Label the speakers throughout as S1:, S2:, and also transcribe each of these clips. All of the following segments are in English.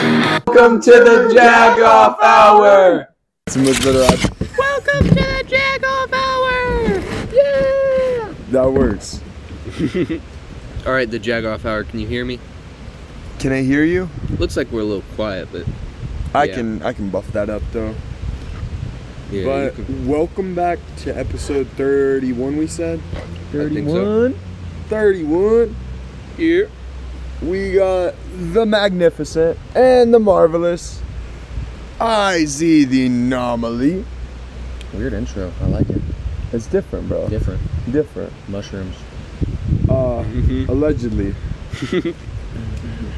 S1: Welcome to the Jag Off Hour.
S2: Zum Welcome to the Jack Off Hour! Yeah! That works.
S3: All right, the Jagoff Hour. Can you hear me?
S2: Can I hear you?
S3: Looks like we're a little quiet, but
S2: I
S3: Yeah.
S2: can I can buff that up though.
S3: yeah, you
S2: but
S3: can-
S2: welcome back to episode 31 we said.
S3: I think so.
S2: 31.
S3: Here.
S2: We got the magnificent and the marvelous. I see the anomaly.
S4: Weird intro. I like it.
S2: It's different, bro.
S4: Different.
S2: Different.
S4: Mushrooms.
S2: Uh,
S3: Mhm.
S2: allegedly.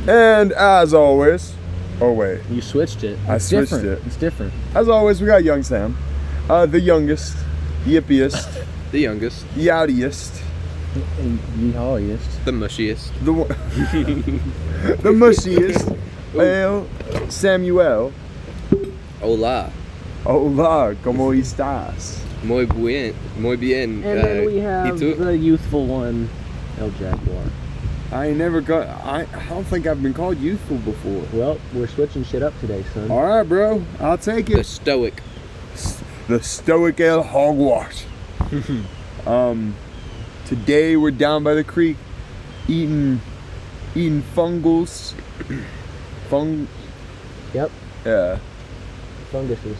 S2: and as always, oh wait,
S4: You switched it.
S2: I
S4: It's
S2: switched
S4: different.
S2: it.
S4: It's different.
S2: as always, we got young Sam, uh, the youngest, yippiest,
S3: The youngest,
S2: yowdiest,
S4: And yeehawiest.
S3: the mushiest.
S2: the one- the mushiest, El Samuel.
S3: Hola.
S2: Hola, como Oh, estás?
S3: Muy bien. Muy bien.
S4: And
S3: uh,
S4: then we
S3: y
S4: have
S3: tú?
S4: the youthful one, El Jaguar.
S2: I ain't never got. I, I don't think I've been called youthful before.
S4: Well, we're switching shit up today, son.
S2: All right, bro, I'll take
S3: the
S2: it.
S3: stoic.
S2: The stoic El Hogwash. um, today we're down by the creek, eating, eating fungals, fung.
S4: Yep.
S2: Yeah.
S4: Funguses.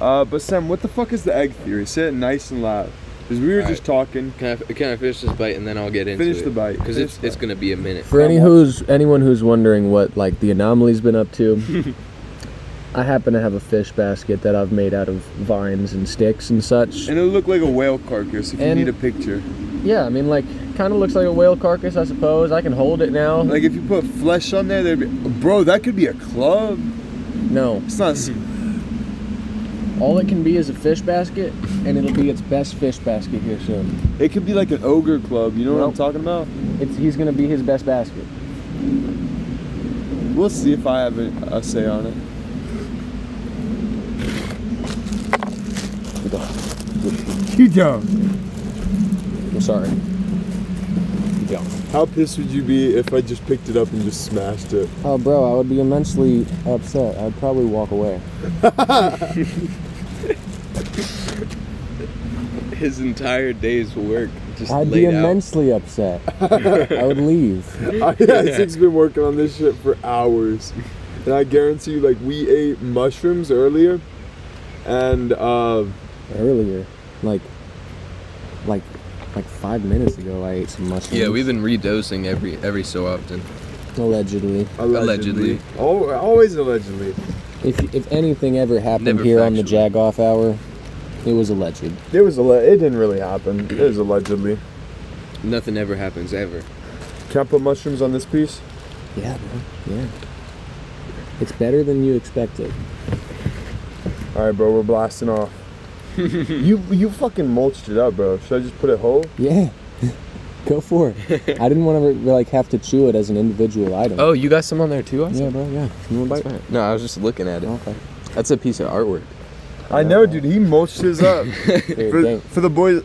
S2: Uh, but Sam, what the fuck is the egg theory? Say it nice and loud, because we were
S3: All
S2: just talking.
S3: Can I, can I finish this bite and then I'll get into
S2: Finish
S3: it?
S2: the bite.
S3: Because
S2: Finish
S3: it's,
S2: the
S3: it's
S2: bite.
S3: going to be a minute.
S4: For any
S2: How much?
S4: who's anyone who's wondering what like the anomaly's been up to, I happen to have a fish basket that I've made out of vines and sticks and such.
S2: And it looked like a whale carcass. If
S4: And-
S2: you need a picture,
S4: Yeah, I mean like kind of looks like a whale carcass, I suppose. I can hold it now.
S2: like if you put flesh on there, there'd be, bro, that could be a club.
S4: No,
S2: It's not. s-
S4: All it can be is a fish basket, and it'll be its best fish basket here soon.
S2: It could be like an ogre club. You know what I'm
S4: Nope.
S2: talking about?
S4: It's he's gonna be his best basket.
S2: We'll see if I have a, a say on it. You don't.
S4: I'm sorry.
S2: How pissed would you be if I just picked it up and just smashed it?
S4: Oh, bro, I would be immensely upset. I'd probably walk away.
S3: His entire day's work just
S4: I'd
S3: laid
S4: be
S3: out.
S4: immensely upset. I would leave.
S2: Isaac's been working on this shit for hours, and I guarantee you, like we ate mushrooms earlier, and uh,
S4: Earlier, like, like, like five minutes ago, I ate some mushrooms.
S3: Yeah, we've been redosing every every so often.
S4: allegedly.
S3: Allegedly.
S2: Al- always allegedly.
S4: If if anything ever happened
S3: Never
S4: here on the
S3: factual.
S4: Jagoff Hour, it was alleged.
S2: It was alle- It didn't really happen. It was allegedly.
S3: Nothing ever happens ever.
S2: Can I put mushrooms on this piece?
S4: Yeah, bro. Yeah. It's better than you expected.
S2: All right, bro, we're blasting off. you you fucking mulched it up, bro. Should I just put it whole?
S4: Yeah. Go for it. I didn't want to like have to chew it as an individual item.
S3: Oh, you got some on there too?
S4: yeah, bro. Yeah. You want a bite?
S3: No, I was just looking at
S4: Okay.
S3: That's a piece of artwork.
S2: I know, dude. He mulched his up
S4: Here,
S2: for,
S4: dink.
S2: for the boys.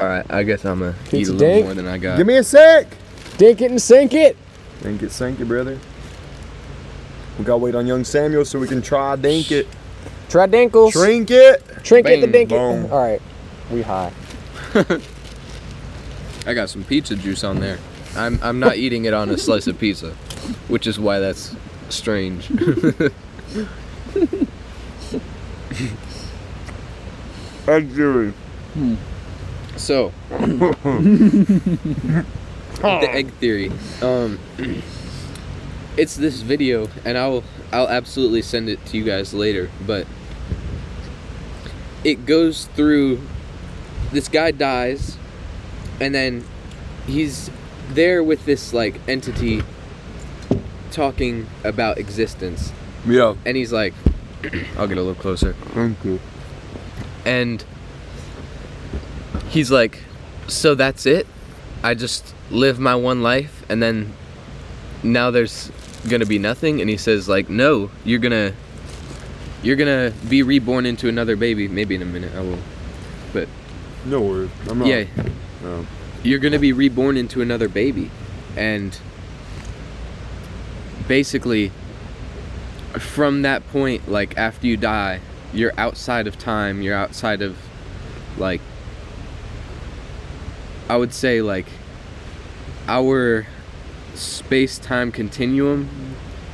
S3: All right, I guess I'm gonna eat
S4: Pizza
S3: a little
S4: dank.
S3: more than I got.
S2: Give me a sec.
S4: Dink it and sink it.
S2: Dink it, sank it, brother. We gotta wait on young Samuel so we can try dink it,
S4: Try dinkles.
S2: drink it.
S4: Drink it the
S3: Bing,
S4: dink
S2: boom.
S4: it. All right. We high.
S3: I got some pizza juice on there. I'm I'm not eating it on a slice of pizza, which is why that's strange.
S2: That's Jerry.
S3: So, the egg theory. Um, it's this video, and I'll I'll absolutely send it to you guys later. But it goes through. This guy dies, and then he's there with this like entity talking about existence,
S2: Yeah.
S3: and he's like, "I'll get a little closer."
S2: Thank you.
S3: and he's like so that's it i just live my one life and then now there's gonna be nothing and he says like no you're gonna you're gonna be reborn into another baby maybe in a minute i will
S2: No worries. I'm not.
S3: yeah
S2: No.
S3: you're gonna be reborn into another baby and basically from that point, like after you die, you're outside of time. You're outside of, like, I would say, like, our space time continuum.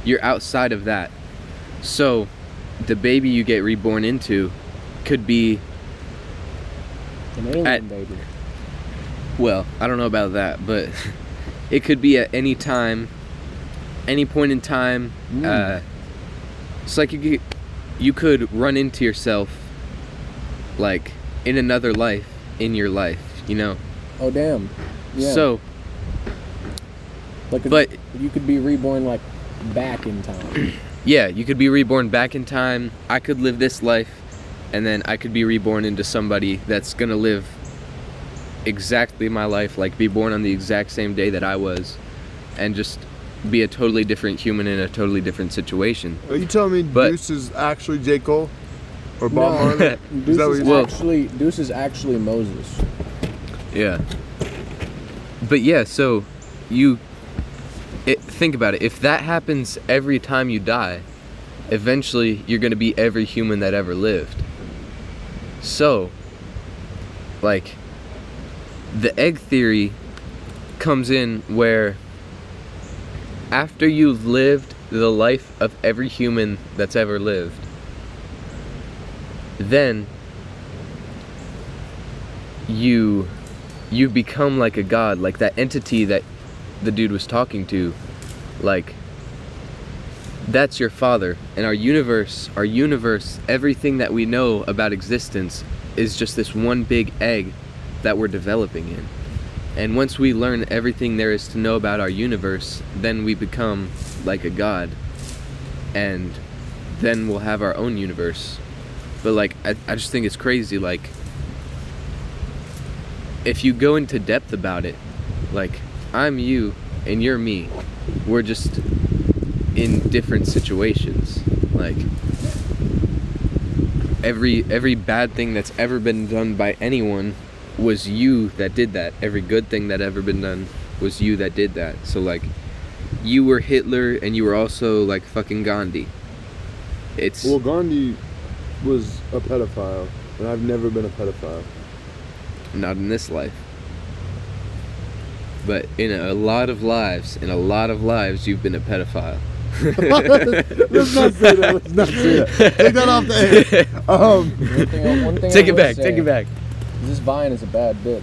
S3: You're outside of that. So, the baby you get reborn into could be,
S4: An alien
S3: At-
S4: baby.
S3: well, I don't know about that, but it could be at any time, any point in time.
S4: Mm.
S3: Uh, it's like you could, you could run into yourself, like in another life, in your life, you know.
S4: Oh damn. Yeah.
S3: So,
S4: like a,
S3: but
S4: you could be reborn like back in time.
S3: yeah, you could be reborn back in time. I could live this life, and then I could be reborn into somebody that's gonna live exactly my life, like be born on the exact same day that I was, and just be a totally different human in a totally different situation.
S2: Are you telling me
S3: But-
S2: Deuce is actually J. Cole? Or
S4: No.
S2: Bob Marley?
S4: Deuce
S2: that what
S4: is
S2: you
S3: said?
S4: actually Deuce is actually Moses.
S3: Yeah. But yeah, so you it, think about it. If that happens every time you die, eventually you're going to be every human that ever lived. So, like, the egg theory comes in where after you've lived the life of every human that's ever lived, then you you become like a god, like that entity that the dude was talking to, like that's your father. And our universe, our universe, everything that we know about existence is just this one big egg that we're developing in. And once we learn everything there is to know about our universe, then we become like a god. And then we'll have our own universe. But like I, I just think it's crazy like if you go into depth about it, like I'm you and you're me, we're just in different situations. Like every every bad thing that's ever been done by anyone was you that did that. Every good thing that ever been done was you that did that. So like you were Hitler and you were also like fucking Gandhi. It's
S2: Well, Gandhi was a pedophile, and I've never been a pedophile.
S3: not in this life but in a lot of lives in a lot of lives you've been a pedophile
S2: Let's not say that. Let's not say that. Take that off the air. Um,
S4: One thing I- one thing I
S3: take it
S4: would
S3: back
S4: say
S3: take it back
S4: is This Vine is a bad bitch.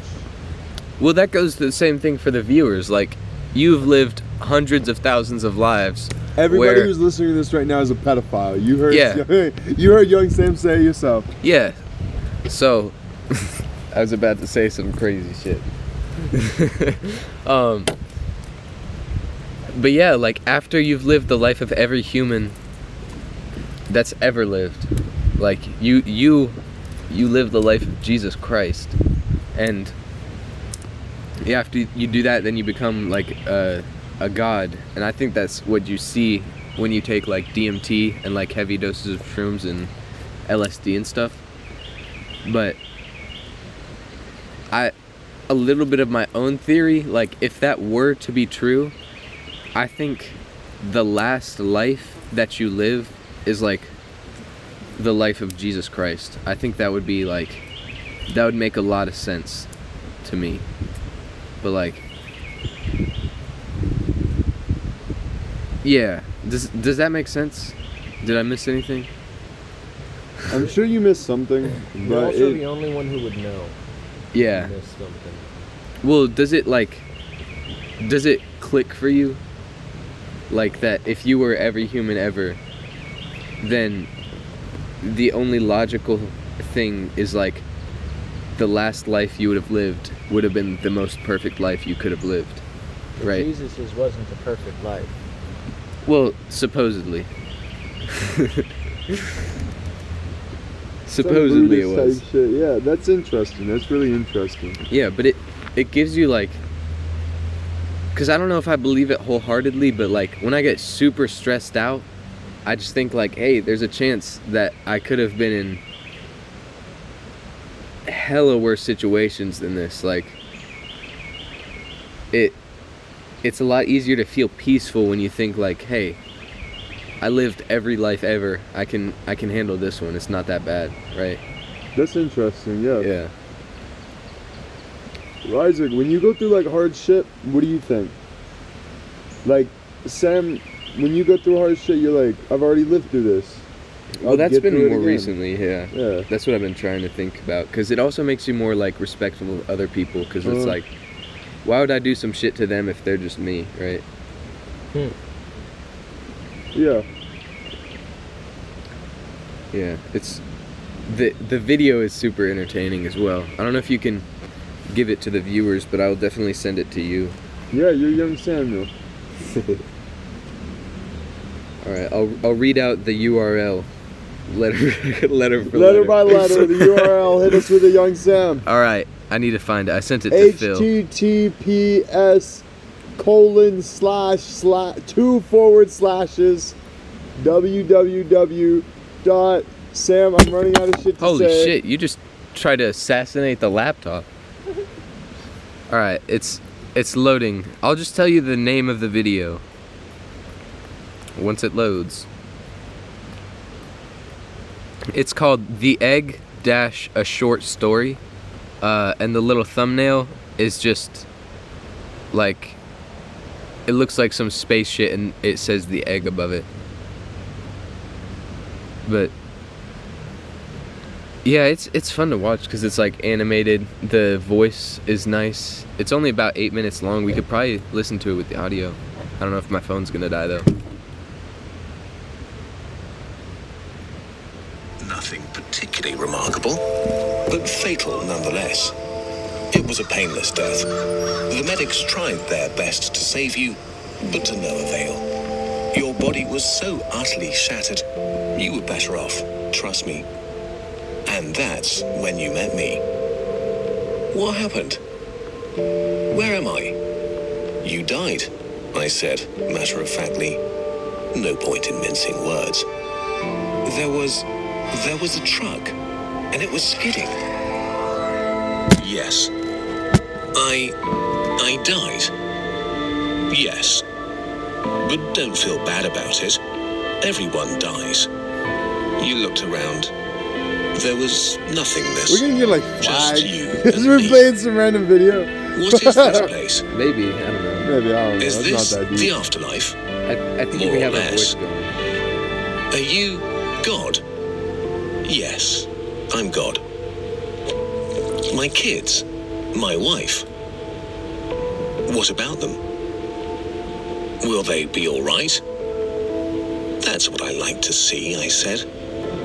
S3: well that goes to the same thing for the viewers like you've lived hundreds of thousands of lives
S2: everybody
S3: Where-
S2: who's listening to this right now is a pedophile. You heard,
S3: Yeah.
S2: you heard Young Sam say it yourself.
S3: yeah so i was about to say some crazy shit um but yeah like after you've lived the life of every human that's ever lived like you you you live the life of jesus christ and yeah, after you do that then you become like a, a god and i think that's what you see when you take like dmt and like heavy doses of shrooms and lsd and stuff but i a little bit of my own theory like if that were to be true i think the last life that you live is like the life of jesus christ i think that would be like that would make a lot of sense to me but like yeah does does that make sense did i miss anything
S2: I'm sure you missed something,
S5: You're
S2: but
S5: also
S2: it,
S5: the only one who would know.
S3: yeah
S5: Miss something.
S3: Well, does it like does it click for you? Like that if you were every human ever, then the only logical thing is like the last life you would have lived would have been the most perfect life you could have lived. Right?
S5: Jesus is- wasn't the perfect life.
S3: Well, supposedly. supposedly it
S2: some
S3: was.
S2: Buddhist Type shit. Yeah, that's interesting. That's really interesting.
S3: Yeah, but it it gives you like cuz I don't know if I believe it wholeheartedly, but like when I get super stressed out, I just think like, "Hey, there's a chance that I could have been in hella worse situations than this." Like it it's a lot easier to feel peaceful when you think like, "Hey, I lived every life ever. I can I can handle this one. It's not that bad, right?
S2: That's interesting. Yeah.
S3: Yeah.
S2: Well, Isaac, when you go through like hard shit, what do you think? Like Sam, when you go through hard shit, you're like, I've already lived through this.
S3: Well,
S2: I'll
S3: that's
S2: get
S3: been
S2: through it
S3: more
S2: again."
S3: recently. Yeah.
S2: Yeah.
S3: That's what I've been trying to think about because it also makes you more like respectful of other people because it's
S2: Mm.
S3: like, why would I do some shit to them if they're just me, right?
S2: Yeah.
S3: Yeah, it's the the video is super entertaining as well. I don't know if you can give it to the viewers, but I will definitely send it to you.
S2: Yeah, you're young Samuel.
S3: All right, I'll I'll read out the URL, letter letter for
S2: letter by letter, the URL. Hit us with a young Sam.
S3: All right, I need to find it. I sent it to Phil.
S2: HTTPS colon slash slash two forward slashes www dot Sam. I'm running out of shit to
S3: Holy
S2: say.
S3: shit! You just tried to assassinate the laptop. All right, it's it's loading. I'll just tell you the name of the video once it loads. It's called "The Egg Dash A Short Story," uh, and the little thumbnail is just like it looks like some space shit, and it says "the egg" above it. But yeah, it's it's fun to watch because it's like animated. The voice is nice. It's only about eight minutes long. We could probably listen to it with the audio. I don't know if my phone's gonna die though.
S6: Nothing particularly remarkable, but fatal nonetheless. It was a painless death. The medics tried their best to save you, but to no avail. Your body was so utterly shattered, you were better off, trust me. And that's when you met me. What happened? Where am I? You died, I said, matter of factly. No point in mincing words. There was. there was a truck, and it was skidding. Yes. I. I died. Yes. But don't feel bad about it. Everyone dies. You looked around. There was nothingness.
S2: We're gonna get like
S6: Just
S2: flagged.
S6: you
S2: Because
S6: and
S2: we're
S6: me.
S2: playing some random video.
S6: What is this place?
S3: Maybe I don't know.
S2: Maybe I don't know.
S6: Is
S2: It's
S6: this
S2: not that
S6: the
S2: deep.
S6: afterlife?
S3: I, I think
S6: More
S3: we
S6: or
S3: have a voice going.
S6: less. Are you God? Yes, I'm God. My kids, my wife. What about them? Will they be all right? That's what I like to see, I said.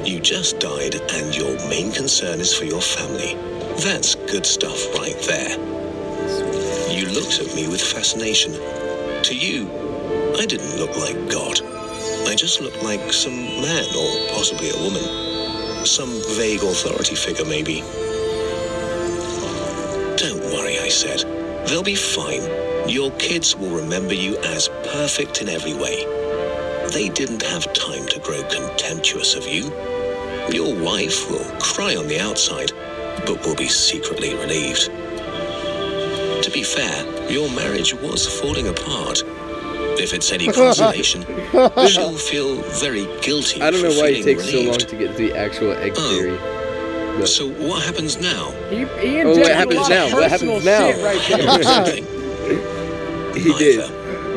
S6: You just died, and your main concern is for your family. That's good stuff right there. You looked at me with fascination. To you, I didn't look like God. I just looked like some man or possibly a woman. Some vague authority figure, maybe. Don't worry, I said. They'll be fine. Your kids will remember you as perfect in every way. They didn't have time to grow contemptuous of you. Your wife will cry on the outside, but will be secretly relieved. To be fair, your marriage was falling apart. If it's any consolation, she'll feel very guilty.
S3: I don't
S6: for
S3: know why it
S6: feeling
S3: takes so long
S6: relieved.
S3: to get to the actual egg
S6: Oh.
S3: theory.
S6: So what happens now?
S4: He, he
S3: Oh, what happens now? What happens now?
S6: Something.
S3: He did.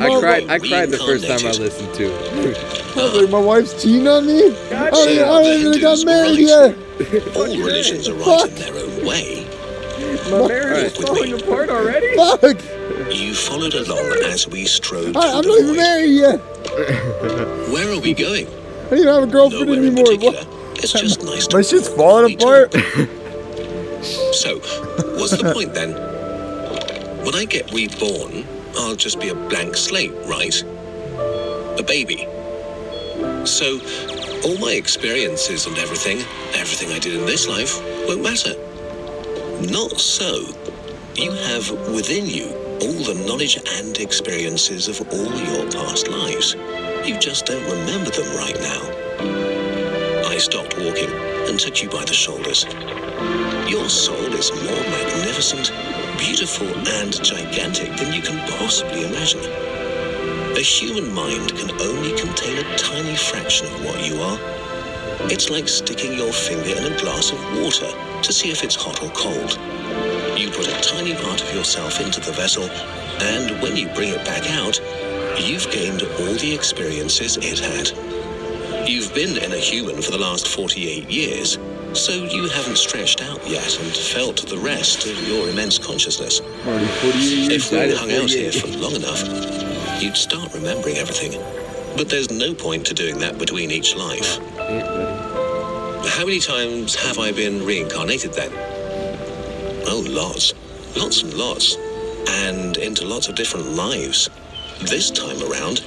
S3: I cried. I cried the first time I
S6: Reincarnated.
S3: listened to it.
S2: I
S6: uh,
S2: was like, my wife's cheating on me? I
S6: So
S2: don't, I don't even oh, got
S6: religions were
S2: married
S6: right.
S2: yet.
S6: All religions are right in their own way.
S4: My marriage
S6: is falling
S4: apart already.
S2: Fuck!
S6: You followed along as we strode
S2: I,
S6: through
S2: I'm not
S6: the
S2: even
S6: void.
S2: married yet.
S6: Where are we going?
S2: I don't even have a girlfriend
S6: Nowhere in
S2: anymore.
S6: particular.
S2: What?
S6: It's just nice to
S2: My shit's falling
S6: We
S2: apart.
S6: So, what's the point then? When I get reborn, I'll just be a blank slate, right? A baby. So, all my experiences and everything, everything I did in this life, won't matter. Not so. You have within you all the knowledge and experiences of all your past lives. You just don't remember them right now. I stopped walking and took you by the shoulders. Your soul is more magnificent, beautiful, and gigantic than you can possibly imagine. A human mind can only contain a tiny fraction of what you are. It's like sticking your finger in a glass of water to see if it's hot or cold. You put a tiny part of yourself into the vessel, and when you bring it back out, you've gained all the experiences it had. You've been in a human for the last 48 years, so you haven't stretched out yet and felt the rest of your immense consciousness.
S2: Marty, 48 years
S6: If we'd
S2: old.
S6: hung out here for long enough, you'd start remembering everything. But there's no point to doing that between each life. How many times have I been reincarnated then? Oh, lots. Lots and lots. And into lots of different lives. This time around,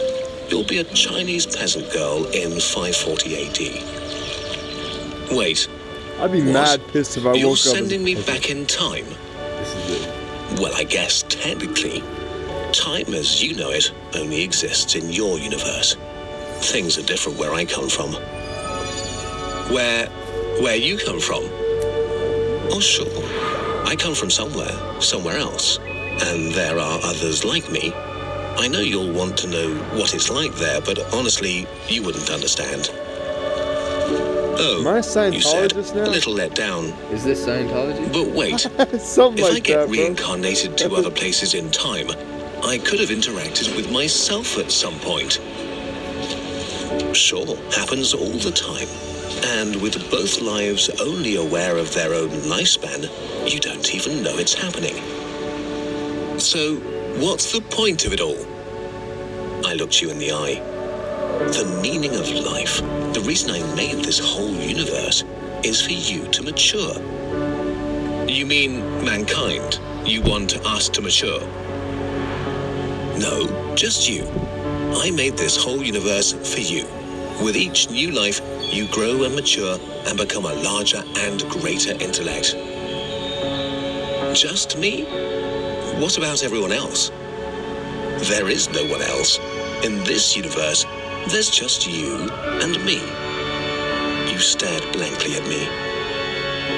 S6: you'll be a Chinese peasant girl in 540 AD. Wait,
S2: I'd be mad pissed if I
S6: you're
S2: woke up.
S6: sending
S2: and-
S6: me back in time?
S1: This is it.
S6: Well, I guess technically, time as you know it only exists in your universe. Things are different where I come from. Where where you come from? Oh sure. I come from somewhere, somewhere else. And there are others like me. I know you'll want to know what it's like there, but honestly, you wouldn't understand. Oh,
S2: Am I a
S6: you said,
S2: Scientologist now?
S6: a little let down.
S3: Is this Scientology?
S6: But wait,
S2: Something
S6: if I
S2: like
S6: get
S2: that, bro.
S6: reincarnated to other places in time, I could have interacted with myself at some point. Sure, happens all the time. And with both lives only aware of their own lifespan, you don't even know it's happening. So, what's the point of it all? I looked you in the eye. The meaning of life, the reason I made this whole universe, is for you to mature. You mean mankind? You want us to mature? No, just you. I made this whole universe for you. With each new life, you grow and mature and become a larger and greater intellect. Just me? What about everyone else? There is no one else. In this universe, there's just you and me. You stared blankly at me.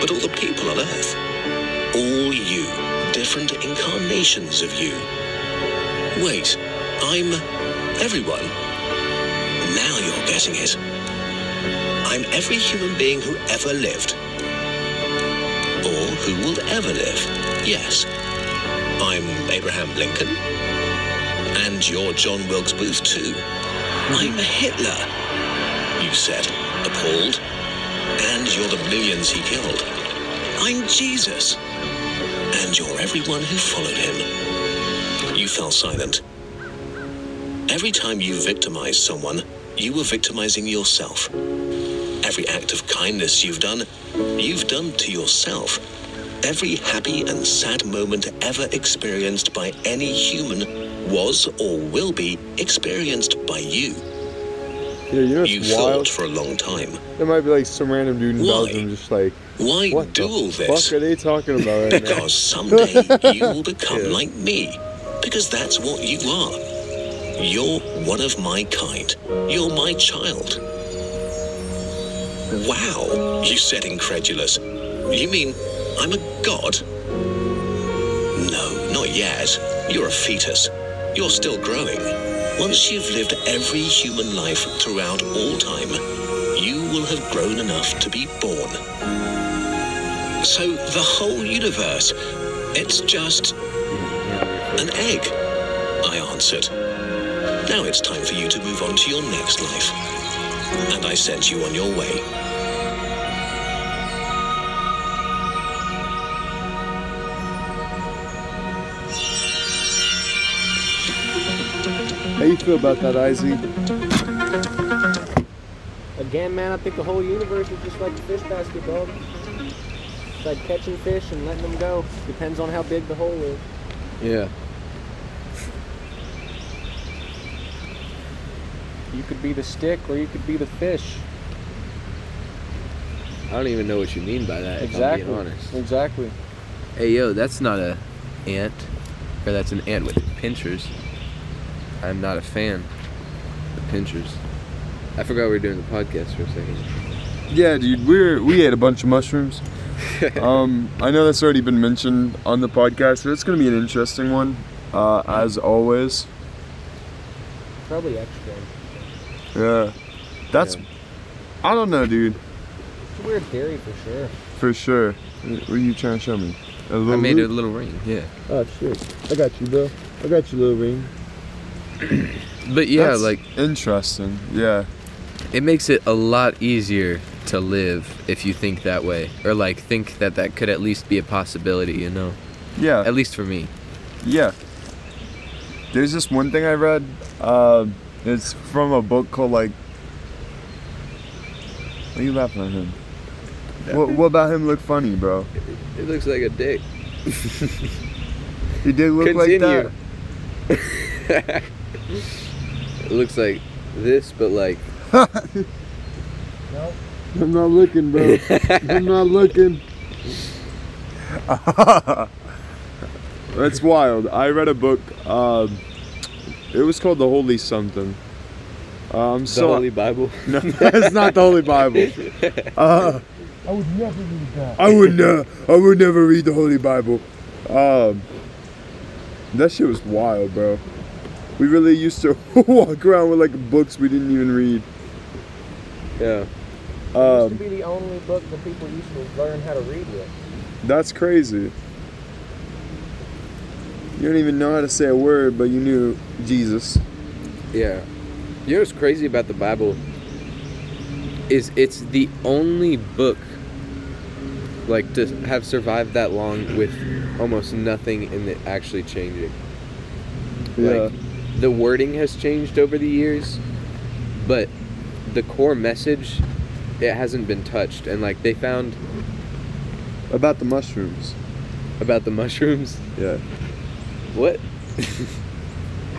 S6: But all the people on Earth, all you, different incarnations of you. Wait, I'm everyone. Now you're getting it. I'm every human being who ever lived. Or who will ever live. Yes. I'm Abraham Lincoln. And you're John Wilkes Booth, too. I'm Hitler, you said, appalled. And you're the millions he killed. I'm Jesus. And you're everyone who followed him. You fell silent. Every time you victimized someone, you were victimizing yourself. Every act of kindness you've done, you've done to yourself. Every happy and sad moment ever experienced by any human was or will be experienced by you.
S2: Yeah, you know
S6: you
S2: it's wild.
S6: thought for a long time.
S2: There might be like some random dude in
S6: Why?
S2: Belgium just like,
S6: Why
S2: what
S6: do
S2: the
S6: all this?
S2: fuck are they talking about right now?
S6: Because someday you will become like me. Because that's what you are. You're one of my kind. You're my child. Wow, you said incredulous. You mean I'm a god? No, not yet. You're a fetus. You're still growing. Once you've lived every human life throughout all time, you will have grown enough to be born. So the whole universe, it's just an egg, I answered. Now it's time for you to move on to your next life. And I sent you on your way.
S2: How you feel about that, Izzy?
S5: Again, man, I think the whole universe is just like a fish basket, dog. It's like catching fish and letting them go. Depends on how big the hole is.
S3: Yeah.
S5: You could be the stick or you could be the fish.
S3: I don't even know what you mean by that.
S5: exactly. Exactly.
S3: Hey yo, that's not a ant, or that's an ant with pinchers. I'm not a fan of pinchers. I forgot we were doing the podcast for a second.
S2: Yeah, dude, we're we ate a bunch of mushrooms. um, I know that's already been mentioned on the podcast, but it's gonna be an interesting one, uh, as always.
S5: Probably extra.
S2: Yeah. That's. I don't know, dude.
S5: It's a weird theory for sure.
S2: For sure. What are you trying to show me? A little
S3: I made a
S2: loop?
S3: little ring, yeah.
S2: Oh shit! I got you, bro. I got you, little ring.
S3: But yeah,
S2: That's
S3: like
S2: interesting. Yeah.
S3: it makes it a lot easier to live if you think that way or like think that that could at least be a possibility, you know.
S2: Yeah.
S3: At least for me.
S2: Yeah. There's this one thing I read. Uh, it's from a book called like. Why are you laughing at him? What, what about him look funny, bro?
S3: It looks like a dick.
S2: He did look like that.
S3: it looks like this but like
S2: I'm not looking, bro. I'm not looking. That's wild. I read a book. Um, it was called the Holy Something. Uh, I'm so
S3: Bible.
S2: no, it's not the Holy Bible. Uh, I would never read that. I would ne- I would never read the Holy Bible. Um, that shit was wild, bro. We really used to walk around with like books we didn't even read.
S3: Yeah.
S5: It
S2: Um,
S5: used to be the only book that people used to learn how to read with.
S2: That's crazy. You don't even know how to say a word, but you knew Jesus.
S3: Yeah. You know what's crazy about the Bible is it's the only book like to have survived that long with almost nothing in it actually changing. Like the wording has changed over the years, but the core message it hasn't been touched and like they found
S2: About the mushrooms.
S3: about the mushrooms.
S2: Yeah.
S3: What?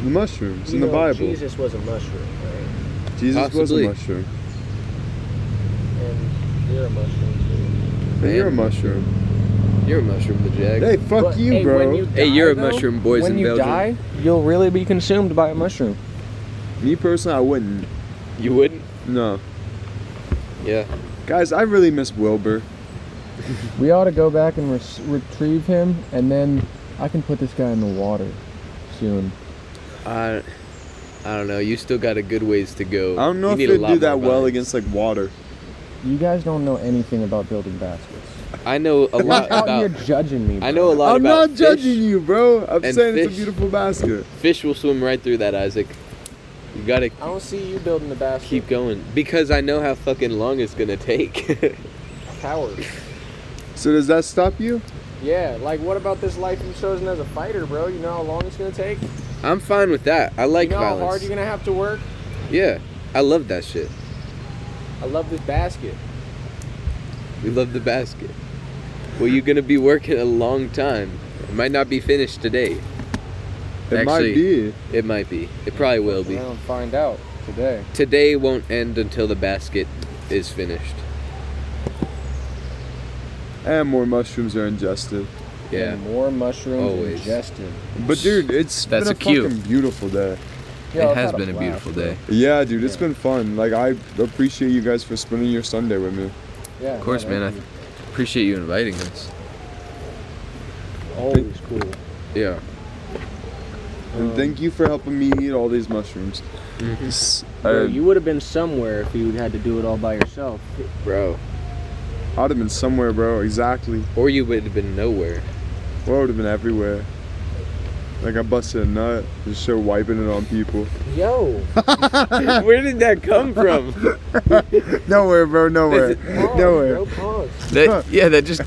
S2: The mushrooms
S5: You
S2: in the
S5: know,
S2: Bible. Jesus,
S5: Jesus was a mushroom, right?
S2: was a
S3: Possibly.
S2: mushroom.
S5: And you're a mushroom
S2: And you're a
S3: Man.
S2: mushroom.
S3: You're a mushroom, the jag.
S2: Hey,
S5: too.
S2: fuck you, bro.
S3: Hey, you're a mushroom, boys
S4: when
S3: in
S4: you
S3: Belgium.
S4: die, you'll really be consumed by a mushroom.
S2: Me personally, I wouldn't.
S3: You wouldn't?
S2: No.
S3: Yeah.
S2: Guys, I really miss Wilbur.
S4: We ought to go back and res- retrieve him, and then I can put this guy in the water soon.
S3: I, I don't know. You still got a good ways to go.
S2: I don't know
S3: You
S2: if
S3: need a
S2: they'd
S3: lot
S2: do that
S3: more
S2: well
S3: vines.
S2: against like water.
S4: You guys don't know anything about building baskets.
S3: I know a lot
S4: You're out here
S3: about.
S4: judging me.
S3: I know a lot
S2: I'm not
S3: about fish.
S2: judging you, bro. I'm
S3: and
S2: saying it's a
S3: fish.
S2: beautiful basket.
S3: Fish will swim right through that, Isaac. You gotta
S5: I don't see you building the basket.
S3: keep going because I know how fucking long it's gonna take.
S5: Coward.
S2: So does that stop you?
S5: Yeah, like what about this life you've chosen as a fighter, bro? You know how long it's gonna take?
S3: I'm fine with that. I like
S5: you know how hard
S3: violence.
S5: you're gonna have to work?
S3: Yeah, I love that shit.
S5: I love this basket.
S3: We love the basket. Well, you're gonna be working a long time. It might not be finished today.
S2: It might
S3: Actually-
S2: be.
S3: It might be. It probably will be.
S5: Well, find out today.
S3: Today won't end until the basket is finished.
S2: And more mushrooms are ingested.
S3: Yeah.
S4: And more mushrooms
S3: Always.
S4: ingested.
S2: But dude, it's
S3: That's
S2: been a,
S3: a cue.
S2: fucking beautiful day.
S4: Yo,
S3: it
S4: I've
S3: has
S4: had
S3: been a
S4: blast,
S3: beautiful
S4: bro.
S3: day.
S2: Yeah, dude, it's been fun. Like I appreciate you guys for spending your Sunday with me.
S4: Yeah,
S3: Of course, man. I appreciate you inviting us.
S5: Always cool.
S3: Yeah.
S2: And thank you for helping me eat all these mushrooms. S- uh,
S3: Uh,
S5: Bro,
S2: I-
S5: you would have been somewhere if you had to do it all by yourself.
S3: Bro.
S2: I'd have been somewhere, bro. Exactly.
S3: Or you would have been nowhere.
S2: Or I would have been everywhere. Like I busted a nut, just show wiping it on people.
S5: Yo,
S3: Where did that come from?
S2: Nowhere, bro. Nowhere.
S5: pause,
S2: nowhere.
S5: bro, pause.
S3: yeah, that just.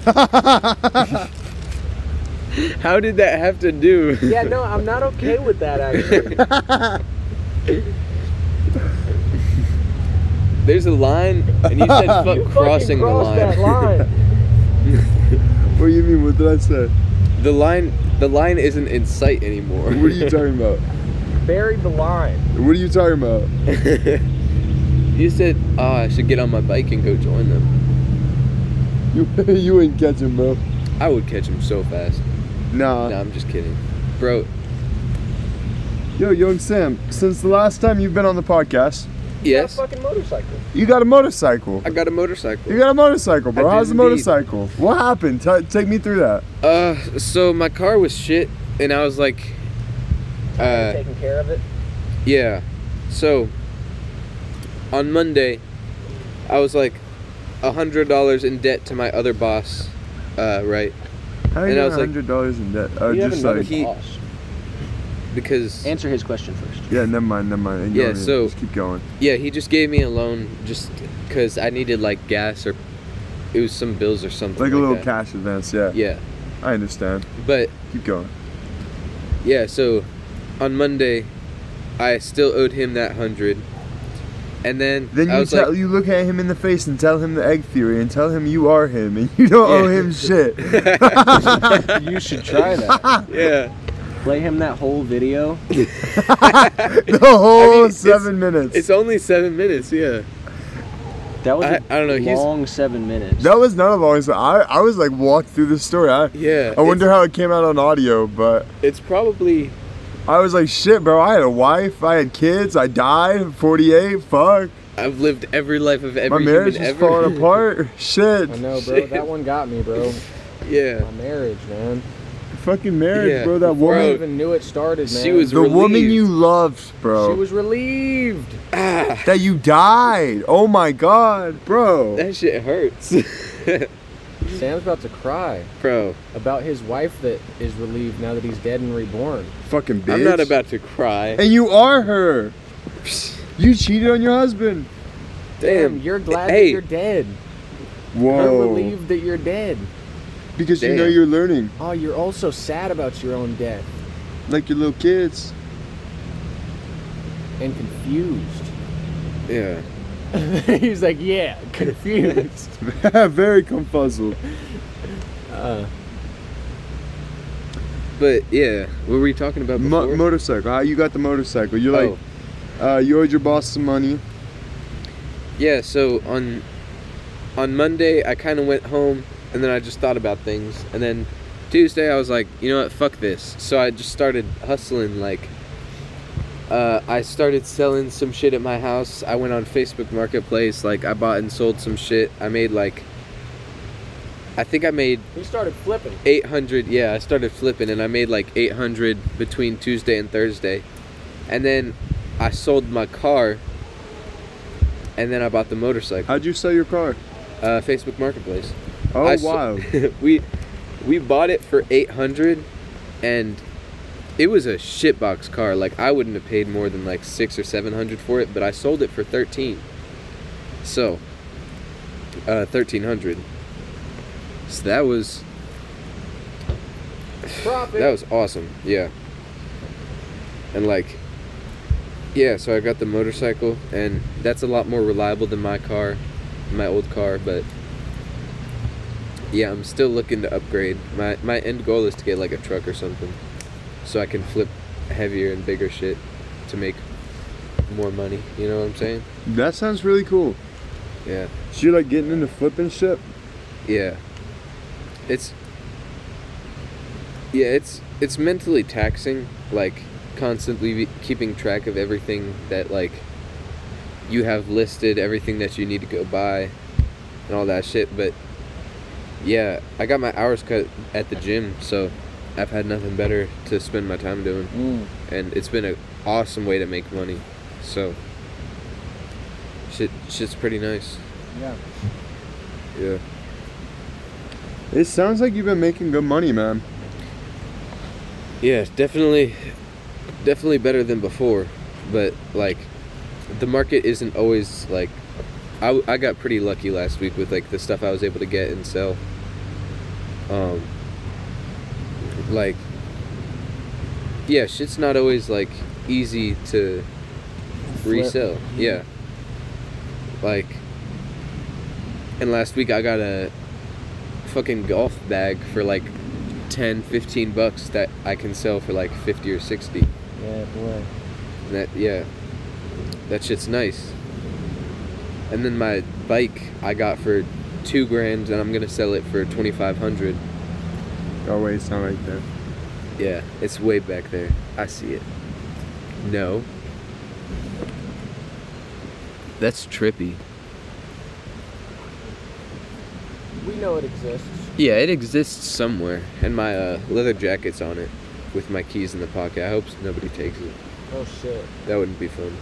S3: How did that have to do?
S5: Yeah, no, I'm not okay with that actually.
S3: There's a line, and you said fuck
S5: You fucking
S3: crossing the
S5: crossed
S3: line.
S5: That line.
S2: What do you mean? What did I say?
S3: The line, the line isn't in sight anymore.
S2: What are you talking about?
S5: Buried the line.
S2: What are you talking about?
S3: You said, "Oh, I should get on my bike and go join them."
S2: You you ain't catching, bro.
S3: I would catch him so fast.
S2: Nah.
S3: No, I'm just kidding, bro.
S2: Yo, Young Sam. Since the last time you've been on the podcast,
S3: Yes,
S5: Got a fucking motorcycle.
S2: you got a motorcycle.
S3: I got a motorcycle.
S2: You got a motorcycle, bro.
S3: I did
S2: How's the
S3: indeed.
S2: motorcycle? What happened? T- take me through that.
S3: Uh, so my car was shit, and I was like,
S5: You're
S3: uh,
S5: taking care of it.
S3: yeah, So on Monday, I was like a hundred dollars in debt to my other boss, uh, right?
S2: How are
S3: And
S2: you
S3: I was like-
S2: hundred dollars in debt?
S3: uh,
S2: Oh,
S7: you have
S2: just
S7: another
S2: like
S3: He-
S7: boss.
S3: Because
S7: Answer his question first.
S2: yeah, never mind, never mind. Ignore
S3: Yeah,
S2: me.
S3: so-
S2: just keep going.
S3: yeah, he just gave me a loan just because I needed like gas or it was some bills or something.
S2: Like a little
S3: that.
S2: cash advance. Yeah,
S3: Yeah,
S2: I understand.
S3: but
S2: Keep going.
S3: Yeah, so on Monday, I still owed him that hundred, and then,
S2: Then
S3: I
S2: you
S3: was
S2: tell
S3: like,
S2: you look at him in the face and tell him the egg theory and tell him you are him and you don't owe
S3: Yeah.
S2: him shit.
S7: You should try that.
S3: yeah,
S7: Play him that whole video.
S2: the whole
S3: I mean, it's-
S2: seven minutes.
S3: it's only seven minutes. Yeah,
S7: That was
S3: I-
S7: a
S3: I don't know, he's-
S7: long seven minutes.
S2: that was not a long. So I I was like walked through the story. I
S3: yeah.
S2: I wonder how it came out on audio, but
S3: It's, it's probably
S2: I was like shit, bro. I had a wife, I had kids, I died, 48. Fuck,
S3: I've lived every life of
S2: my
S3: every
S2: marriage
S3: human
S2: is
S3: ever.
S2: falling apart. Shit,
S4: I know, bro.
S3: Shit.
S4: That one got me, bro.
S3: Yeah,
S4: My marriage, man.
S2: fucking marriage,
S3: Yeah.
S2: bro. That
S4: Before I
S2: woman,
S4: even knew it started, man.
S3: She was-
S2: the woman
S3: relieved.
S2: you loved, bro.
S4: She was relieved.
S3: ah,
S2: that you died. Oh my god, bro.
S3: that shit hurts,
S4: Sam's about to cry
S3: bro.
S4: about his wife that is relieved now that he's dead and reborn.
S2: fucking bitch.
S3: I'm not about to cry.
S2: And you are her. You cheated on your husband.
S3: Damn,
S4: you're glad
S3: Hey.
S4: that you're dead. You're
S2: Whoa.
S4: relieved that you're dead.
S2: Because you know
S3: Damn.
S2: you're learning,
S4: Oh, you're also sad about your own death
S2: like your little kids.
S4: and confused.
S3: Yeah,
S4: he's like, yeah, confused.
S2: Very confuzzled.
S4: Uh,
S3: but yeah, what were we talking about before?
S2: Mo- motorcycle. How you got the motorcycle? You're
S3: Oh.
S2: like, uh, you owed your boss some money.
S3: Yeah, so on on Monday I kind of went home and then I just thought about things and then Tuesday I was like, you know what, fuck this. So I just started hustling like uh, I started selling some shit at my house. I went on Facebook Marketplace, like I bought and sold some shit. I made like I think I made
S4: he started flipping.
S3: 800 yeah i started flipping and i made like 800 between tuesday and thursday and then i sold my car and then i bought the motorcycle
S2: How'd you sell your car?
S3: uh, facebook marketplace
S2: Oh
S3: I so-
S2: wow.
S3: we we bought it for 800 and it was a shitbox car like i wouldn't have paid more than like six or seven hundred for it but i sold it for 13 so uh, 1300 so that was
S4: Profit.
S3: That was awesome. Yeah. And like, yeah. So I got the motorcycle, and that's a lot more reliable than my car, my old car. But yeah, I'm still looking to upgrade. My my end goal is to get like a truck or something, so I can flip heavier and bigger shit to make more money. You know what I'm saying?
S2: that sounds really cool.
S3: Yeah.
S2: So you're like getting into flipping shit.
S3: Yeah. It's Yeah, it's it's mentally taxing like constantly be- keeping track of everything that like you have listed, everything that you need to go buy and all that shit, but yeah, I got my hours cut at the gym, so I've had nothing better to spend my time doing
S7: Mm.
S3: and it's been an awesome way to make money. So shit shit's pretty nice.
S7: Yeah.
S3: Yeah.
S2: It sounds like you've been making good money, man.
S3: Yeah, definitely, definitely better than before, but like, the market isn't always like. I, I got pretty lucky last week with like the stuff I was able to get and sell. Um, like, yeah, shit's not always like easy to resell. Yeah. Like, and last week I got a fucking golf bag for like 10 15 bucks that i can sell for like 50 or 60
S7: Yeah, boy.
S3: And that yeah that shit's nice and then my bike i got for two grand and i'm gonna sell it for 2500
S2: Oh wait, it's not right there.
S3: yeah it's way back there i see it no
S8: That's trippy.
S4: We know it exists.
S3: yeah it exists somewhere and my uh, leather jacket's on it with my keys in the pocket i hope nobody takes it
S4: Oh shit.
S3: that wouldn't be fun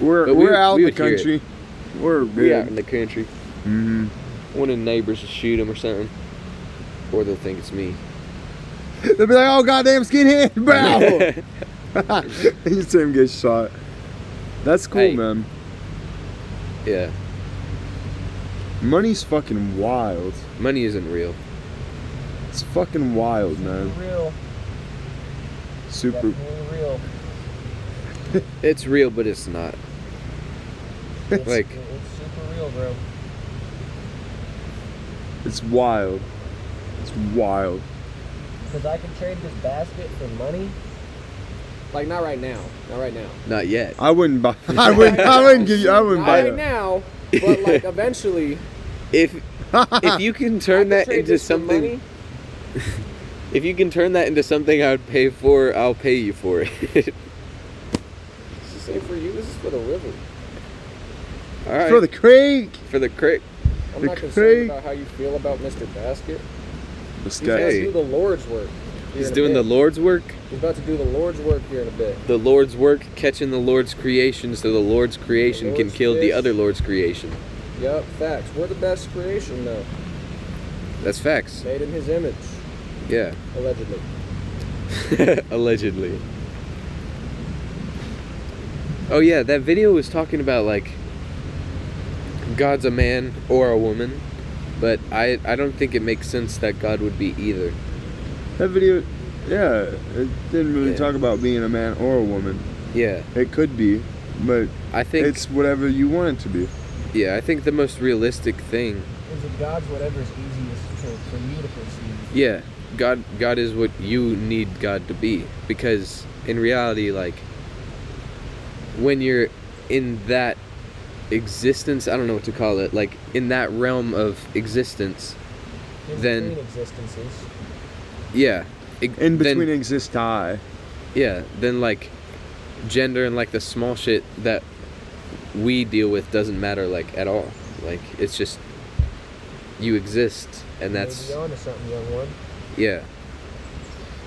S2: We're
S3: But we
S2: we're
S3: would-
S2: out
S3: we
S2: in the
S3: would hear it.
S2: country. We're big.
S3: We out in the country.
S2: hmm
S3: One of the neighbors will shoot him or something. Or they'll think it's me.
S2: They'll be like, "Oh goddamn skinhead!" Bow. you see him get shot. That's cool,
S3: Hey.
S2: man.
S3: Yeah.
S2: Money's fucking wild.
S3: Money isn't real.
S2: It's fucking wild, man.
S4: Real,
S2: Super.
S4: definitely real.
S3: It's real, but it's not. like,
S4: It- It's super real, bro.
S2: It's wild. It's wild.
S4: Because I can trade this basket for money. Like not right now, not right now.
S3: not yet.
S2: I wouldn't buy. I wouldn't. I wouldn't give you. I wouldn't
S4: Not
S2: buy that.
S4: right now, but like eventually.
S3: If if you can turn
S4: I
S3: that
S4: could trade
S3: into
S4: this for
S3: something,
S4: money.
S3: if you can turn that into something I would pay for, I'll pay you for it.
S4: Say for you, this is for the river.
S3: All right.
S2: For the creek.
S3: for the crick.
S4: I'm
S2: The
S4: not concerned
S2: craig-
S4: about how you feel about Mr. Basket.
S2: This
S4: He's gonna
S2: guy.
S4: do the Lord's work. here
S3: He's
S4: in a
S3: doing the
S4: bit.
S3: Lord's work.
S4: He's about to do the Lord's work here in a bit.
S3: The Lord's work catching the Lord's creation, so the Lord's creation can
S4: Lord's
S3: kill the
S4: fish.
S3: other Lord's creation.
S4: Yep, facts. We're the best creation though,
S3: That's facts.
S4: made in His image,
S3: Yeah.
S4: allegedly.
S3: Allegedly. Oh yeah, that video was talking about like God's a man or a woman, but I I don't think it makes sense that God would be either.
S2: That video. Yeah. It didn't really
S3: Yeah.
S2: talk about being a man or a woman.
S3: Yeah.
S2: It could be, but
S3: I think
S2: it's whatever you want it to be.
S3: yeah, I think the most realistic thing
S4: Is it God's whatever is easiest for, for you to perceive?
S3: Yeah, God God is what you need God to be because in reality like when you're in that existence, I don't know what to call it, like in that realm of existence, Then-
S4: between existences.
S3: yeah, ig-
S2: In
S3: then-
S2: between exist I.
S3: yeah, then like gender and like the small shit that we deal with doesn't matter like at all. Like it's just you exist and that's
S4: Maybe onto something, young one.
S3: yeah.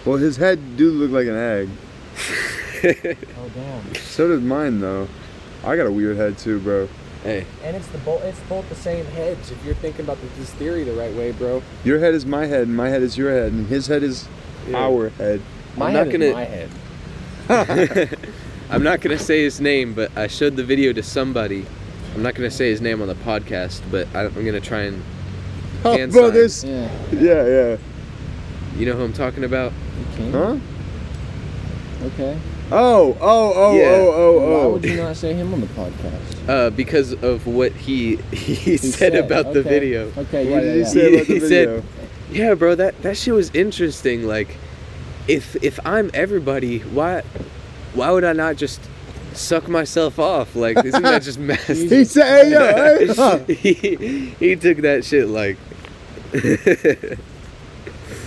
S2: Well, his head do look like an egg.
S4: Oh damn!
S2: So does mine though. I got a weird head too, bro.
S3: Hey,
S4: And it's the bo- it's both the same heads. If you're thinking about this theory the right way, bro.
S2: Your head is my head, and my head is your head, and his head is our head.
S9: My
S3: not
S9: head
S3: gonna-
S9: is my head.
S3: I'm not gonna say his name, but I showed the video to somebody. I'm not gonna say his name on the podcast, but I, I'm gonna try and
S2: Oh,
S3: Hand
S2: bro,
S3: sign.
S2: this.
S9: Yeah.
S2: Yeah, yeah.
S3: you know who I'm talking about.
S9: Okay.
S2: Huh?
S9: Okay.
S2: Oh, oh, oh,
S3: Yeah.
S2: oh,
S9: Why
S2: oh,
S9: would you not say him on the podcast?
S3: Uh, because of what he he,
S9: He
S3: said, about the
S9: okay.
S3: video.
S9: Okay.
S2: oh.
S9: Yeah,
S2: What
S9: yeah,
S2: did he
S9: yeah.
S2: say about the
S3: He said-
S2: video?
S3: Yeah, bro, that that shit was interesting. Like, if if I'm everybody, why why would I not just suck myself off? Like, isn't that just
S2: He
S3: messed?
S2: said, hey, yo, hey, huh."
S3: he, he took that shit like.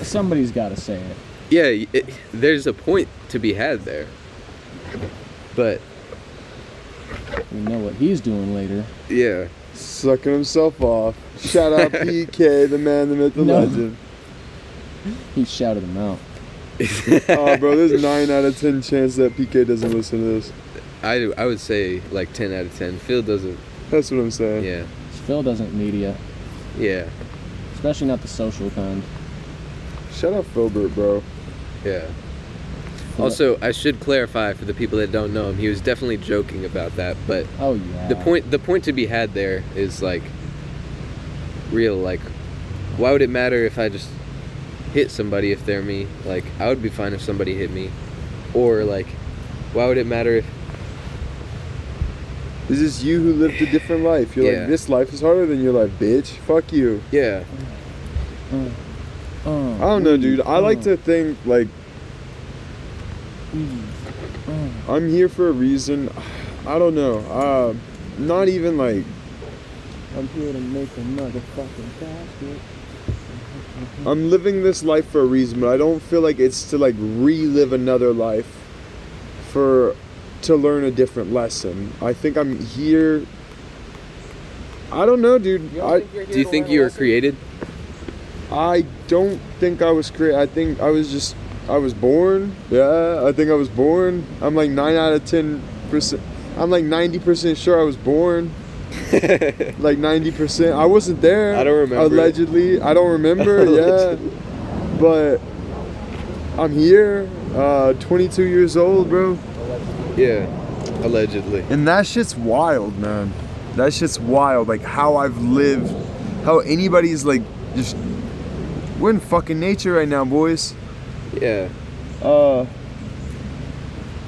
S9: Somebody's got to say it.
S3: yeah, it, there's a point to be had there. But
S9: We know what he's doing later.
S3: yeah,
S2: Sucking himself off. Shout out PK, the man, the myth, the
S9: No.
S2: legend.
S9: He shouted him out.
S2: Oh, bro, there's 9 out of 10 chance that PK doesn't listen to this.
S3: I I would say like 10 out of 10. Phil doesn't.
S2: That's what I'm saying.
S3: Yeah,
S9: Phil doesn't media,
S3: yeah,
S9: especially not the social kind.
S2: Shout out Filbert, bro.
S3: yeah. Also, I should clarify for the people that don't know him, he was definitely joking about that. But
S9: Oh yeah.
S3: the point the point to be had there is like real. Like, why would it matter if I just hit somebody if they're me? Like, I would be fine if somebody hit me. Or like, why would it matter if
S2: This is you who lived a different life. You're
S3: Yeah.
S2: like, this life is harder than your life, bitch. Fuck you.
S3: yeah
S4: Uh,
S2: I don't know, dude. I like to think, like, I'm here for a reason. I don't know. Uh, not even like,
S4: I'm here to make a motherfucking basket.
S2: I'm living this life for a reason, but I don't feel like it's to, like, relive another life for to learn a different lesson. I think I'm here. I don't know, dude.
S4: You don't
S2: I,
S4: think you're here
S3: do you
S4: to
S3: think
S4: learn a
S3: you were
S4: lesson?
S3: created
S2: I don't think I was created. I think I was just I was born. Yeah, I think I was born. I'm like nine out of ten percent. I'm like 90% sure I was born. like 90%. I wasn't there.
S3: I don't remember.
S2: Allegedly. I don't remember. yeah.
S3: Allegedly.
S2: But I'm here, uh, 22 years old, bro.
S3: Yeah, allegedly.
S2: And that shit's wild, man. That shit's wild. Like how I've lived, how anybody's like just. We're in fucking nature right now, boys.
S3: Yeah,
S2: Uh,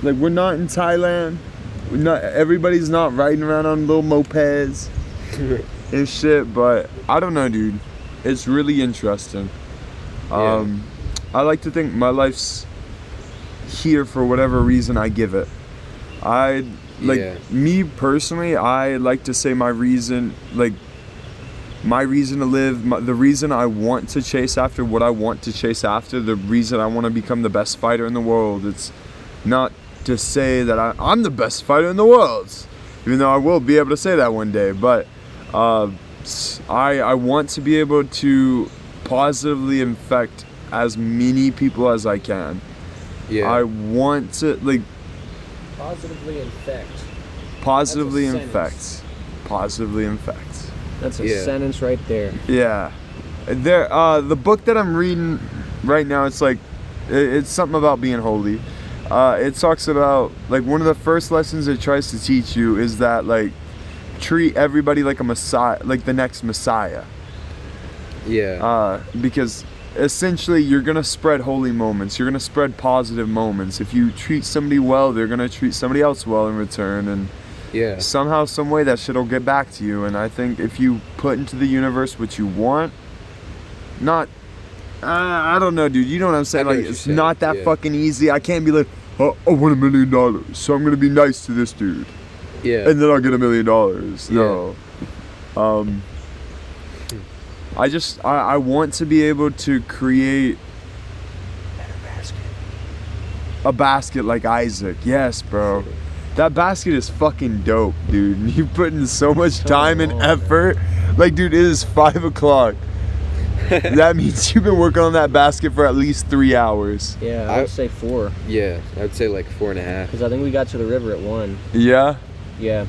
S2: like we're not in Thailand. We're not. Everybody's not riding around on little mopeds and shit. But I don't know, dude. It's really interesting.
S3: Yeah.
S2: Um, I like to think my life's here for whatever reason I give it. I like
S3: Yeah.
S2: me personally. I like to say my reason, like my reason to live, my, the reason I want to chase after what I want to chase after, the reason I want to become the best fighter in the world. It's not to say that I, I'm the best fighter in the world, even though I will be able to say that one day. But uh, s- I, I want to be able to positively infect as many people as I can.
S3: yeah.
S2: I want to, like,
S4: Positively infect.
S2: positively
S4: That's a sentence.
S2: infect. Positively infect.
S10: That's a
S3: Yeah.
S10: sentence right there.
S2: Yeah, there. Uh, the book that I'm reading right now, it's like, it, it's something about being holy. Uh, it talks about like one of the first lessons it tries to teach you is that like treat everybody like a messiah, like the next messiah,
S3: yeah.
S2: uh, because essentially you're gonna spread holy moments. You're gonna spread positive moments. If you treat somebody well, they're gonna treat somebody else well in return, and
S3: yeah.
S2: somehow, some way, that shit'll get back to you. And I think if you put into the universe what you want, not, uh, I don't know, dude. You know what I'm saying?
S3: I know
S2: Like,
S3: what you're
S2: it's
S3: saying,
S2: not that
S3: yeah.
S2: fucking easy. I can't be like, oh, I want a million dollars, so I'm gonna be nice to this dude,
S3: Yeah.
S2: and then I'll get a million dollars. No. Um. I just I, I want to be able to create a basket like Isaac. Yes, bro. That basket is fucking dope, dude. You put in so much time and effort. Like, dude, it is five o'clock. that means you've been working on that basket for at least three hours.
S10: Yeah,
S3: I-
S10: I would say four
S3: yeah. I'd say like four and a half.
S10: because I think we got to the river at one.
S2: Yeah?
S10: Yeah,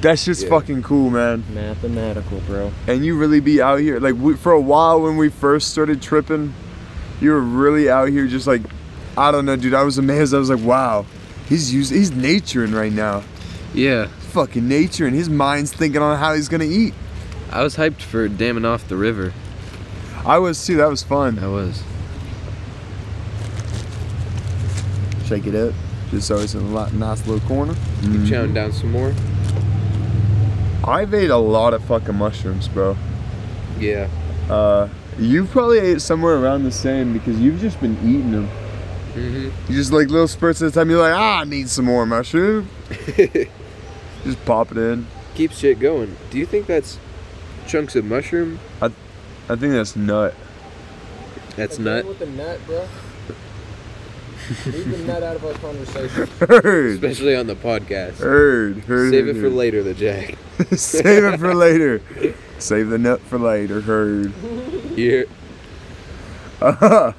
S2: That shit's
S3: Yeah.
S2: fucking cool, man.
S10: mathematical, bro.
S2: And you really be out here. Like, we, for a while when we first started tripping, you were really out here just like, I don't know, dude. I was amazed. I was like, wow, he's using, he's naturing right now.
S11: Yeah,
S2: Fucking naturing. His mind's thinking on how he's gonna eat.
S11: I was hyped for damming off the river.
S2: I was too. That was fun.
S11: I was.
S2: shake it up. Just so it's in a lot, nice little corner.
S3: Keep chowing down some more.
S2: I've ate a lot of fucking mushrooms, bro.
S3: Yeah.
S2: Uh, you've probably ate somewhere around the same because you've just been eating them.
S3: hmm
S2: You just like little spurts at a time. You're like, ah, I need some more mushroom. just pop it in.
S3: Keep shit going. Do you think that's chunks of mushroom?
S2: I think that's nut.
S3: That's
S4: Again
S3: nut.
S4: With the nut, bro. Leave the nut out of our conversation.
S2: Heard,
S3: Especially on the podcast.
S2: heard, heard.
S3: Save it for
S2: heard.
S3: later, the jack.
S2: Save it for later. Save the nut for later. Heard.
S3: Yeah.
S2: Uh-huh.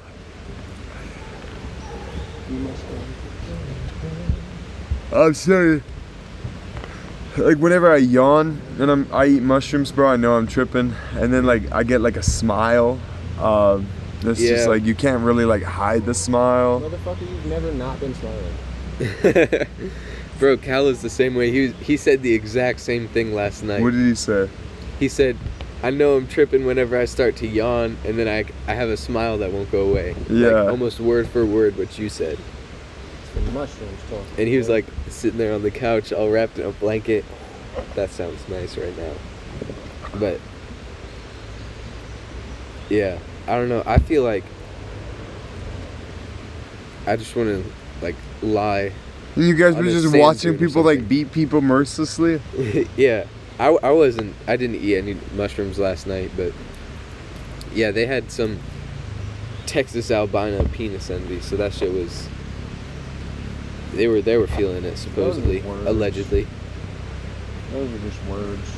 S2: I'm sorry. Like whenever I yawn and I'm I eat mushrooms, bro, I know I'm tripping, and then like I get like a smile. Um, that's
S3: Yeah.
S2: just like you can't really like hide the smile.
S4: Motherfucker, you've never not been smiling.
S3: Bro, Cal is the same way. He was, he said the exact same thing last night.
S2: What did he say?
S3: He said, "I know I'm tripping whenever I start to yawn, and then I I have a smile that won't go away."
S2: Yeah.
S3: Like, oh almost word for word what you said.
S4: It's the mushrooms talking.
S3: And he was like sitting there on the couch, all wrapped in a blanket. That sounds nice right now. But yeah, I don't know. I feel like I just want to like lie.
S2: And you guys were
S3: On his
S2: just
S3: sand
S2: watching
S3: dune or
S2: people like
S3: something.
S2: beat people mercilessly.
S3: yeah, I, I wasn't. I didn't eat any mushrooms last night, but yeah, they had some Texas albino penis envy. So that shit was. They were they were feeling it supposedly,
S4: words.
S3: allegedly.
S4: Those are just words.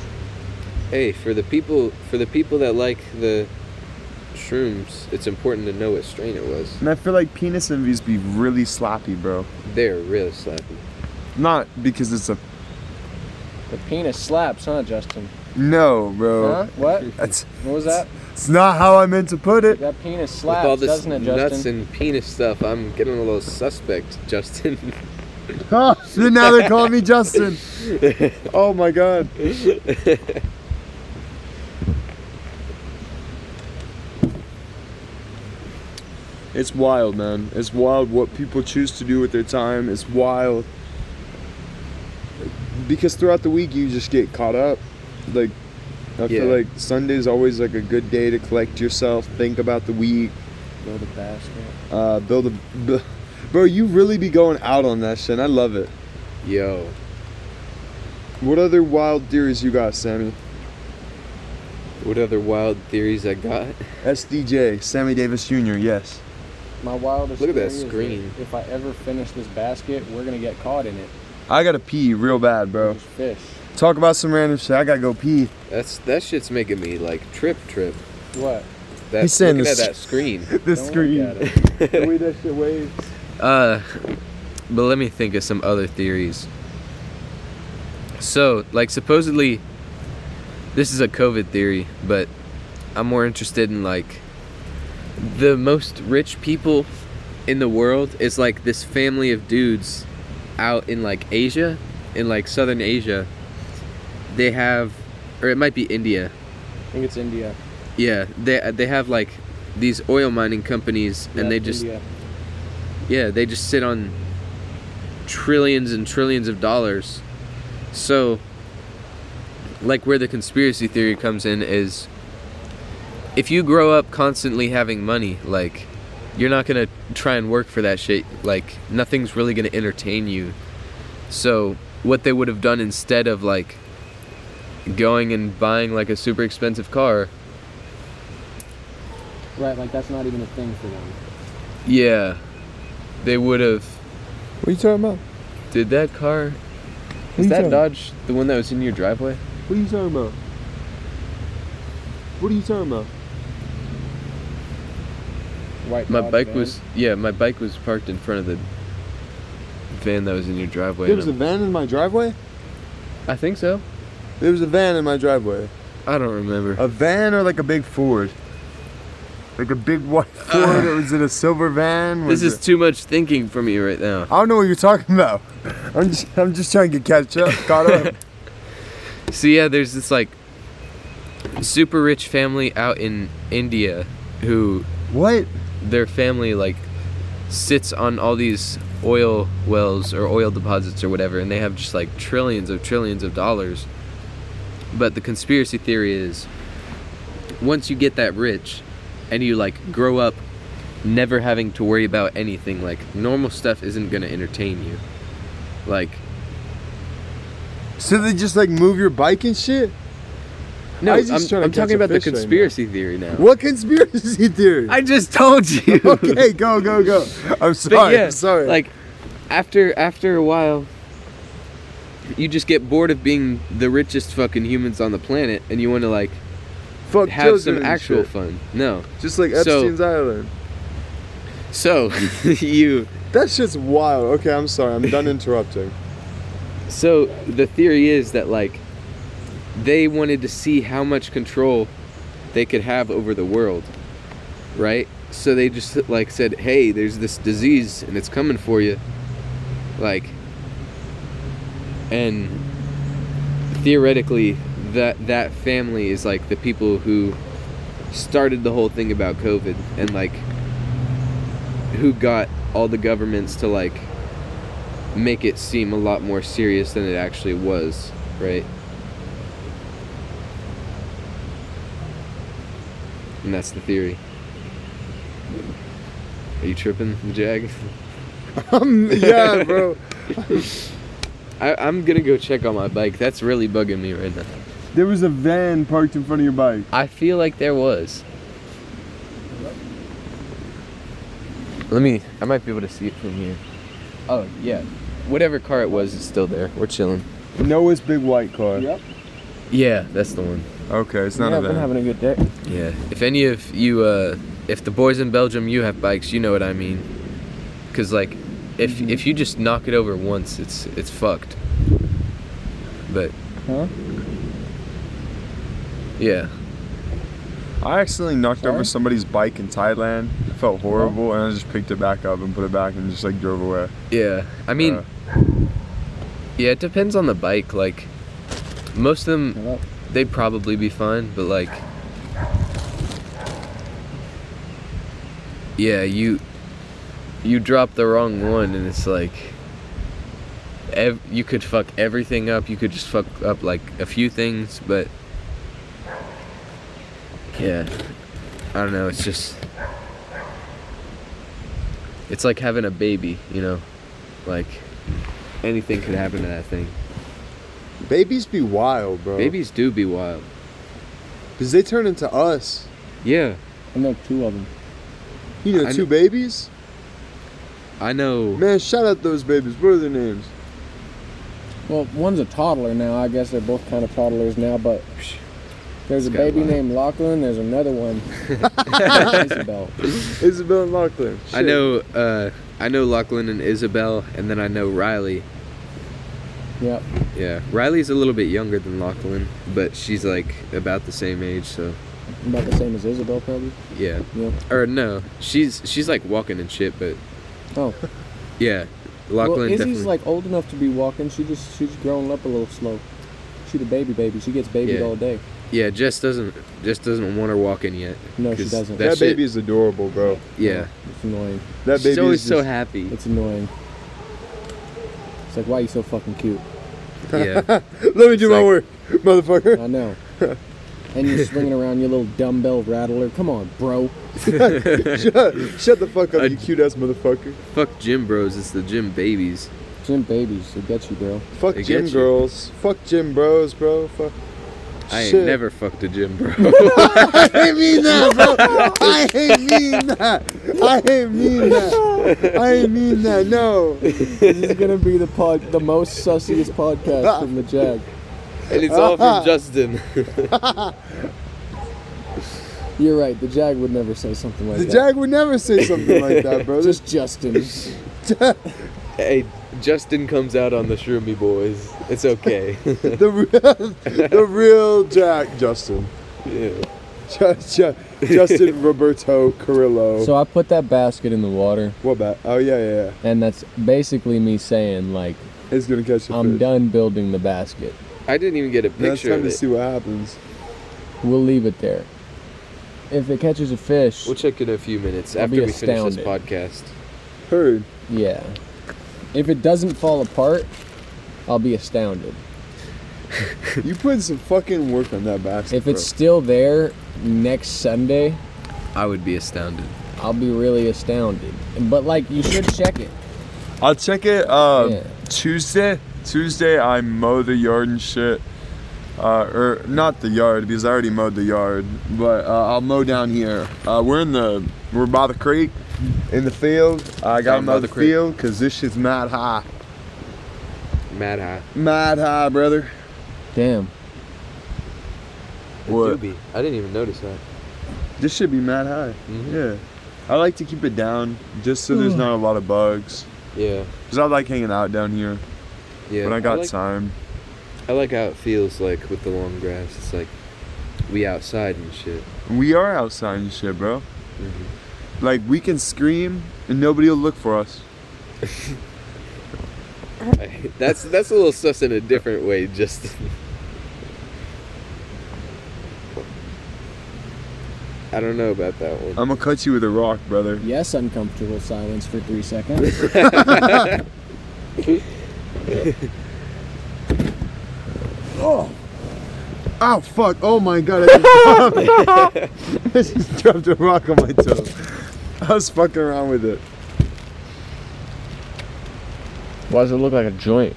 S3: Hey, for the people for the people that like the
S12: shrooms, it's important to know what strain it was.
S2: And I feel like penis envies be really sloppy, bro.
S12: They're really slapping.
S2: Not because it's a
S1: The penis slaps, huh, Justin?
S2: no,
S12: Oh.
S2: bro.
S1: Huh? What?
S2: That's
S1: What was that?
S2: it's not how I meant to put it.
S1: That penis
S12: With
S1: slaps,
S12: all this
S1: doesn't it,
S12: nuts
S1: Justin?
S12: and penis stuff, I'm getting a little suspect, Justin.
S2: then now they call me Justin. Oh my god. It's wild, man. It's wild what people choose to do with their time. It's wild. Because throughout the week you just get caught up. Like I feel
S12: Yeah.
S2: like Sunday's always like a good day to collect yourself, think about the week,
S1: Go to basket.
S2: uh build a b- Bro, you really be going out on that shit. And I love it.
S12: Yo,
S2: What other wild theories you got, Sammy?
S12: what other wild theories I got?
S2: SDJ, Sammy Davis Jr., yes.
S1: My wildest.
S12: Look at that
S1: theory is
S12: screen.
S1: If I ever finish this basket, we're gonna get caught in it.
S2: I gotta pee real bad, bro.
S1: Just fish.
S2: Talk about some random shit. I gotta go pee.
S12: That's that shit's making me like trip, trip.
S1: What?
S12: That,
S2: He's saying
S12: looking at
S2: this-
S12: that screen.
S2: This
S1: Don't
S2: screen.
S1: Look at it.
S2: The way that shit waves.
S3: Uh, but let me think of some other theories. So, like, supposedly, this is a COVID theory, but I'm more interested in like the most rich people in the world is like this family of dudes out in like Asia, in like southern Asia. They have, or it might be India.
S1: I think it's India.
S3: Yeah, they they have like these oil mining companies,
S1: Yeah,
S3: and they
S1: it's
S3: just
S1: India.
S3: yeah, they just sit on trillions and trillions of dollars. So, like, where the conspiracy theory comes in is if you grow up constantly having money, like, you're not gonna try and work for that shit. Like, nothing's really gonna entertain you. So, what they would have done instead of, like, going and buying, like, a super expensive car,
S5: Right, like that's not even a thing for them.
S3: yeah, they would have
S2: What are you talking about?
S3: Did that car?
S2: What
S3: Is
S2: you
S3: that
S2: talking-
S3: Dodge the one that was in your driveway?
S2: What are you talking about? What are you talking about?
S1: White
S3: My
S1: Dodge
S3: bike
S1: van.
S3: was yeah, my bike was parked in front of the van that was in your driveway.
S2: There was a
S3: and
S2: van in my driveway?
S3: I think so.
S2: There was a van in my driveway.
S3: I don't remember.
S2: A van or like a big Ford? Like a big white Ford? or was it a silver van?
S3: This
S2: Was
S3: is
S2: it-
S3: too much thinking for me right now.
S2: I don't know what you're talking about. I'm just, I'm just trying to get catch up, caught up.
S3: So yeah, there's this like super rich family out in India who
S2: what?
S3: their family like sits on all these oil wells or oil deposits or whatever and they have just like trillions of trillions of dollars but the conspiracy theory is once you get that rich and you like grow up never having to worry about anything like normal stuff isn't going to entertain you like
S2: So they just like move your bike and shit?
S3: no
S2: I was
S3: i'm,
S2: just trying to
S3: I'm
S2: catch
S3: talking
S2: a
S3: about the
S2: fish right now.
S3: conspiracy theory now
S2: What conspiracy theory?
S3: i just told you
S2: okay, go, go, go. I'm sorry.
S3: yeah,
S2: I'm sorry.
S3: like after after a while you just get bored of being the richest fucking humans on the planet and you want to like
S2: fuck
S3: have
S2: children
S3: some
S2: and
S3: actual
S2: shit.
S3: fun no
S2: Just like
S3: so-
S2: Epstein's Island.
S3: so you
S2: That shit's wild. Okay, I'm sorry. I'm done interrupting.
S3: so the theory is that like they wanted to see how much control they could have over the world right so they just like said hey there's this disease and it's coming for you like and theoretically that that family is like the people who started the whole thing about covid and like who got all the governments to like make it seem a lot more serious than it actually was right and that's the theory are you tripping jag
S2: Um, yeah, bro.
S3: I, I'm gonna go check on my bike. That's really bugging me right now.
S2: There was a van parked in front of your bike.
S3: I feel like there was. Let me. I might be able to see it from here. Oh yeah, whatever car it was, it's still there. We're chilling.
S2: Noah's big white car.
S5: Yep.
S3: Yeah, that's the one.
S2: Okay, it's none
S4: yeah,
S2: of
S4: I've been
S2: them.
S4: having a good day.
S3: Yeah. If any of you, uh, if the boys in Belgium, you have bikes, you know what I mean. Cause like, if if you just knock it over once, it's it's fucked. But.
S4: Huh?
S3: Yeah.
S2: I accidentally knocked over
S4: Sorry?
S2: somebody's bike in Thailand. It felt horrible, and I just picked it back up and put it back and just like drove away.
S3: Yeah. I mean.
S2: Uh,
S3: Yeah, it depends on the bike. Like, most of
S4: Hello?
S3: them, they'd probably be fine, but like, yeah, you you drop the wrong one, and it's like, ev- you could fuck everything up. You could just fuck up like a few things, but yeah, I don't know. It's just it's like having a baby, you know, like anything could happen to that thing.
S13: Babies be wild, bro.
S3: Babies do be wild.
S13: Because they turn into us.
S3: Yeah,
S4: I know two of them.
S13: You know,
S3: I
S13: two
S3: kn-
S13: babies?
S3: I know.
S13: Man, shout out those babies. What are their names?
S4: Well, one's a toddler now. I guess they're both kind of toddlers now, but there's a
S3: This guy
S4: baby
S3: lied.
S4: named Lachlan. There's another one. Isabel.
S13: Isabel and Lachlan.
S3: I
S13: Shit.
S3: know. Uh, I know Lachlan and Isabel, and then I know Riley.
S4: Yep.
S3: Yeah, Riley's a little bit younger than Lachlan, but she's like about the same age. So
S4: About the same as Isabel, probably.
S3: yeah,
S4: Yeah.
S3: or no, she's she's like walking and shit, but
S4: Oh.
S3: yeah, Lachlan
S4: well, Izzy's
S3: definitely.
S4: like old enough to be walking. She just she's growing up a little slow. She's a baby baby. She gets babied
S3: Yeah.
S4: all day.
S3: yeah, Jess doesn't Jess doesn't want her walking yet.
S4: No, she
S3: 'cause
S4: doesn't.
S3: That,
S13: That
S3: shit,
S13: baby is adorable, bro.
S3: yeah,
S4: It's annoying.
S13: That
S3: she's
S13: baby
S3: always
S13: is
S3: so
S13: just,
S3: happy.
S4: It's annoying. It's like why are you so fucking cute?
S3: yeah,
S13: Let me do
S3: it's
S13: my
S3: like-
S13: work, motherfucker.
S4: I know. and you're swinging around your little dumbbell rattler. Come on, bro.
S13: shut, shut the fuck up,
S3: I-
S13: you cute ass motherfucker.
S3: fuck gym bros. It's the gym babies.
S4: Gym babies, they get you, bro.
S13: Fuck
S3: They
S13: gym
S3: get you.
S13: girls. Fuck gym bros, bro. Fuck.
S3: I ain't
S13: Shit.
S3: never fucked a gym bro.
S13: I ain't mean that, bro. I ain't mean that. I ain't mean that. I ain't mean that. No.
S4: This is gonna be the pod, the most sussiest podcast from the Jag.
S12: And it's all from Justin.
S4: You're right. The Jag would never say something like
S13: The
S4: that.
S13: Jag would never say something like that, bro.
S4: just Justin.
S12: hey, Justin comes out on the Shroomy Boys. It's okay.
S13: The real, the real Jack Justin.
S12: yeah.
S13: Ju- Ju- Justin Roberto Carrillo.
S4: so I put that basket in the water,
S13: what about? Oh yeah, yeah, yeah.
S4: and that's basically me saying like,
S13: It's gonna catch a
S4: I'm
S13: fish.
S4: done building the basket.
S12: I didn't even get a
S13: Now it's
S12: picture
S13: time
S12: of
S13: to
S12: it.
S13: see what happens.
S4: We'll leave it there. If it catches a fish,
S12: We'll check in a few minutes
S4: I'll
S12: after
S4: be
S12: we finish this
S4: astounded.
S12: podcast.
S13: Heard.
S4: yeah. If it doesn't fall apart, I'll be astounded.
S13: You put some fucking work on that basket.
S4: If it's still there next Sunday,
S3: I would be astounded.
S4: I'll be really astounded. But like, you should check it.
S2: I'll check it uh,
S4: Yeah.
S2: Tuesday. Tuesday, I mow the yard and shit. Uh, or not the yard because I already mowed the yard, but uh, I'll mow down here. Uh, we're in the we're by the creek, in the field. I gotta
S12: Down by
S2: mow
S12: the
S2: the,
S12: creek.
S2: field because this shit's mad high,
S12: Mad high.
S2: mad high, brother.
S4: Damn.
S12: It
S2: What?
S12: do be. I didn't even notice that.
S2: This should be mad high.
S3: Mm-hmm.
S12: Mhm.
S2: Yeah, I like to keep it down just so there's not a lot of bugs.
S12: Yeah.
S2: Cause I like hanging out down here
S12: Yeah.
S2: when I got
S12: like,
S2: time.
S12: I like how it feels like with the long grass. It's like we outside and shit.
S2: We are outside and shit, bro.
S13: Mm-hmm.
S2: Like we can scream and nobody will look for us.
S12: that's that's a little sus in a different way, Justin. I don't know about that one.
S2: I'm gonna cut you with a rock, brother.
S4: Yes, uncomfortable silence for three seconds.
S13: Ow, fuck. Oh my god. I just, dropped, I just dropped a rock on my toe. I was fucking around with it.
S4: Why does it look like a joint?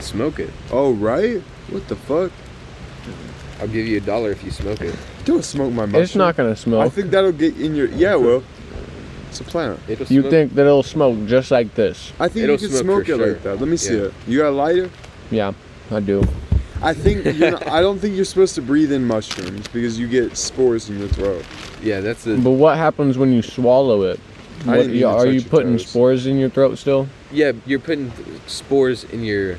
S12: Smoke it.
S13: Oh, right? What the fuck?
S12: I'll give you a dollar if you smoke it.
S13: Don't smoke my mushroom.
S4: It's not gonna
S13: I
S4: smoke.
S13: think that'll get in your. Yeah, well. It's a plant.
S12: It'll
S4: You
S12: smoke-
S4: think that it'll smoke just like this?
S13: I think
S12: It'll
S13: you can
S12: smoke
S13: smoke,
S12: for
S13: it
S12: sure.
S13: like that. Let me see
S12: Yeah.
S13: it. You got a lighter?
S4: Yeah, I do.
S2: I think you're not, I don't think you're supposed to breathe in mushrooms because you get spores in your throat.
S3: Yeah, that's the
S4: But what happens when you swallow it?
S2: I
S4: What-
S2: didn't mean to
S4: are
S2: touch
S4: you
S2: your
S4: putting
S2: toes.
S4: spores in your throat still?
S3: yeah. You're putting spores in your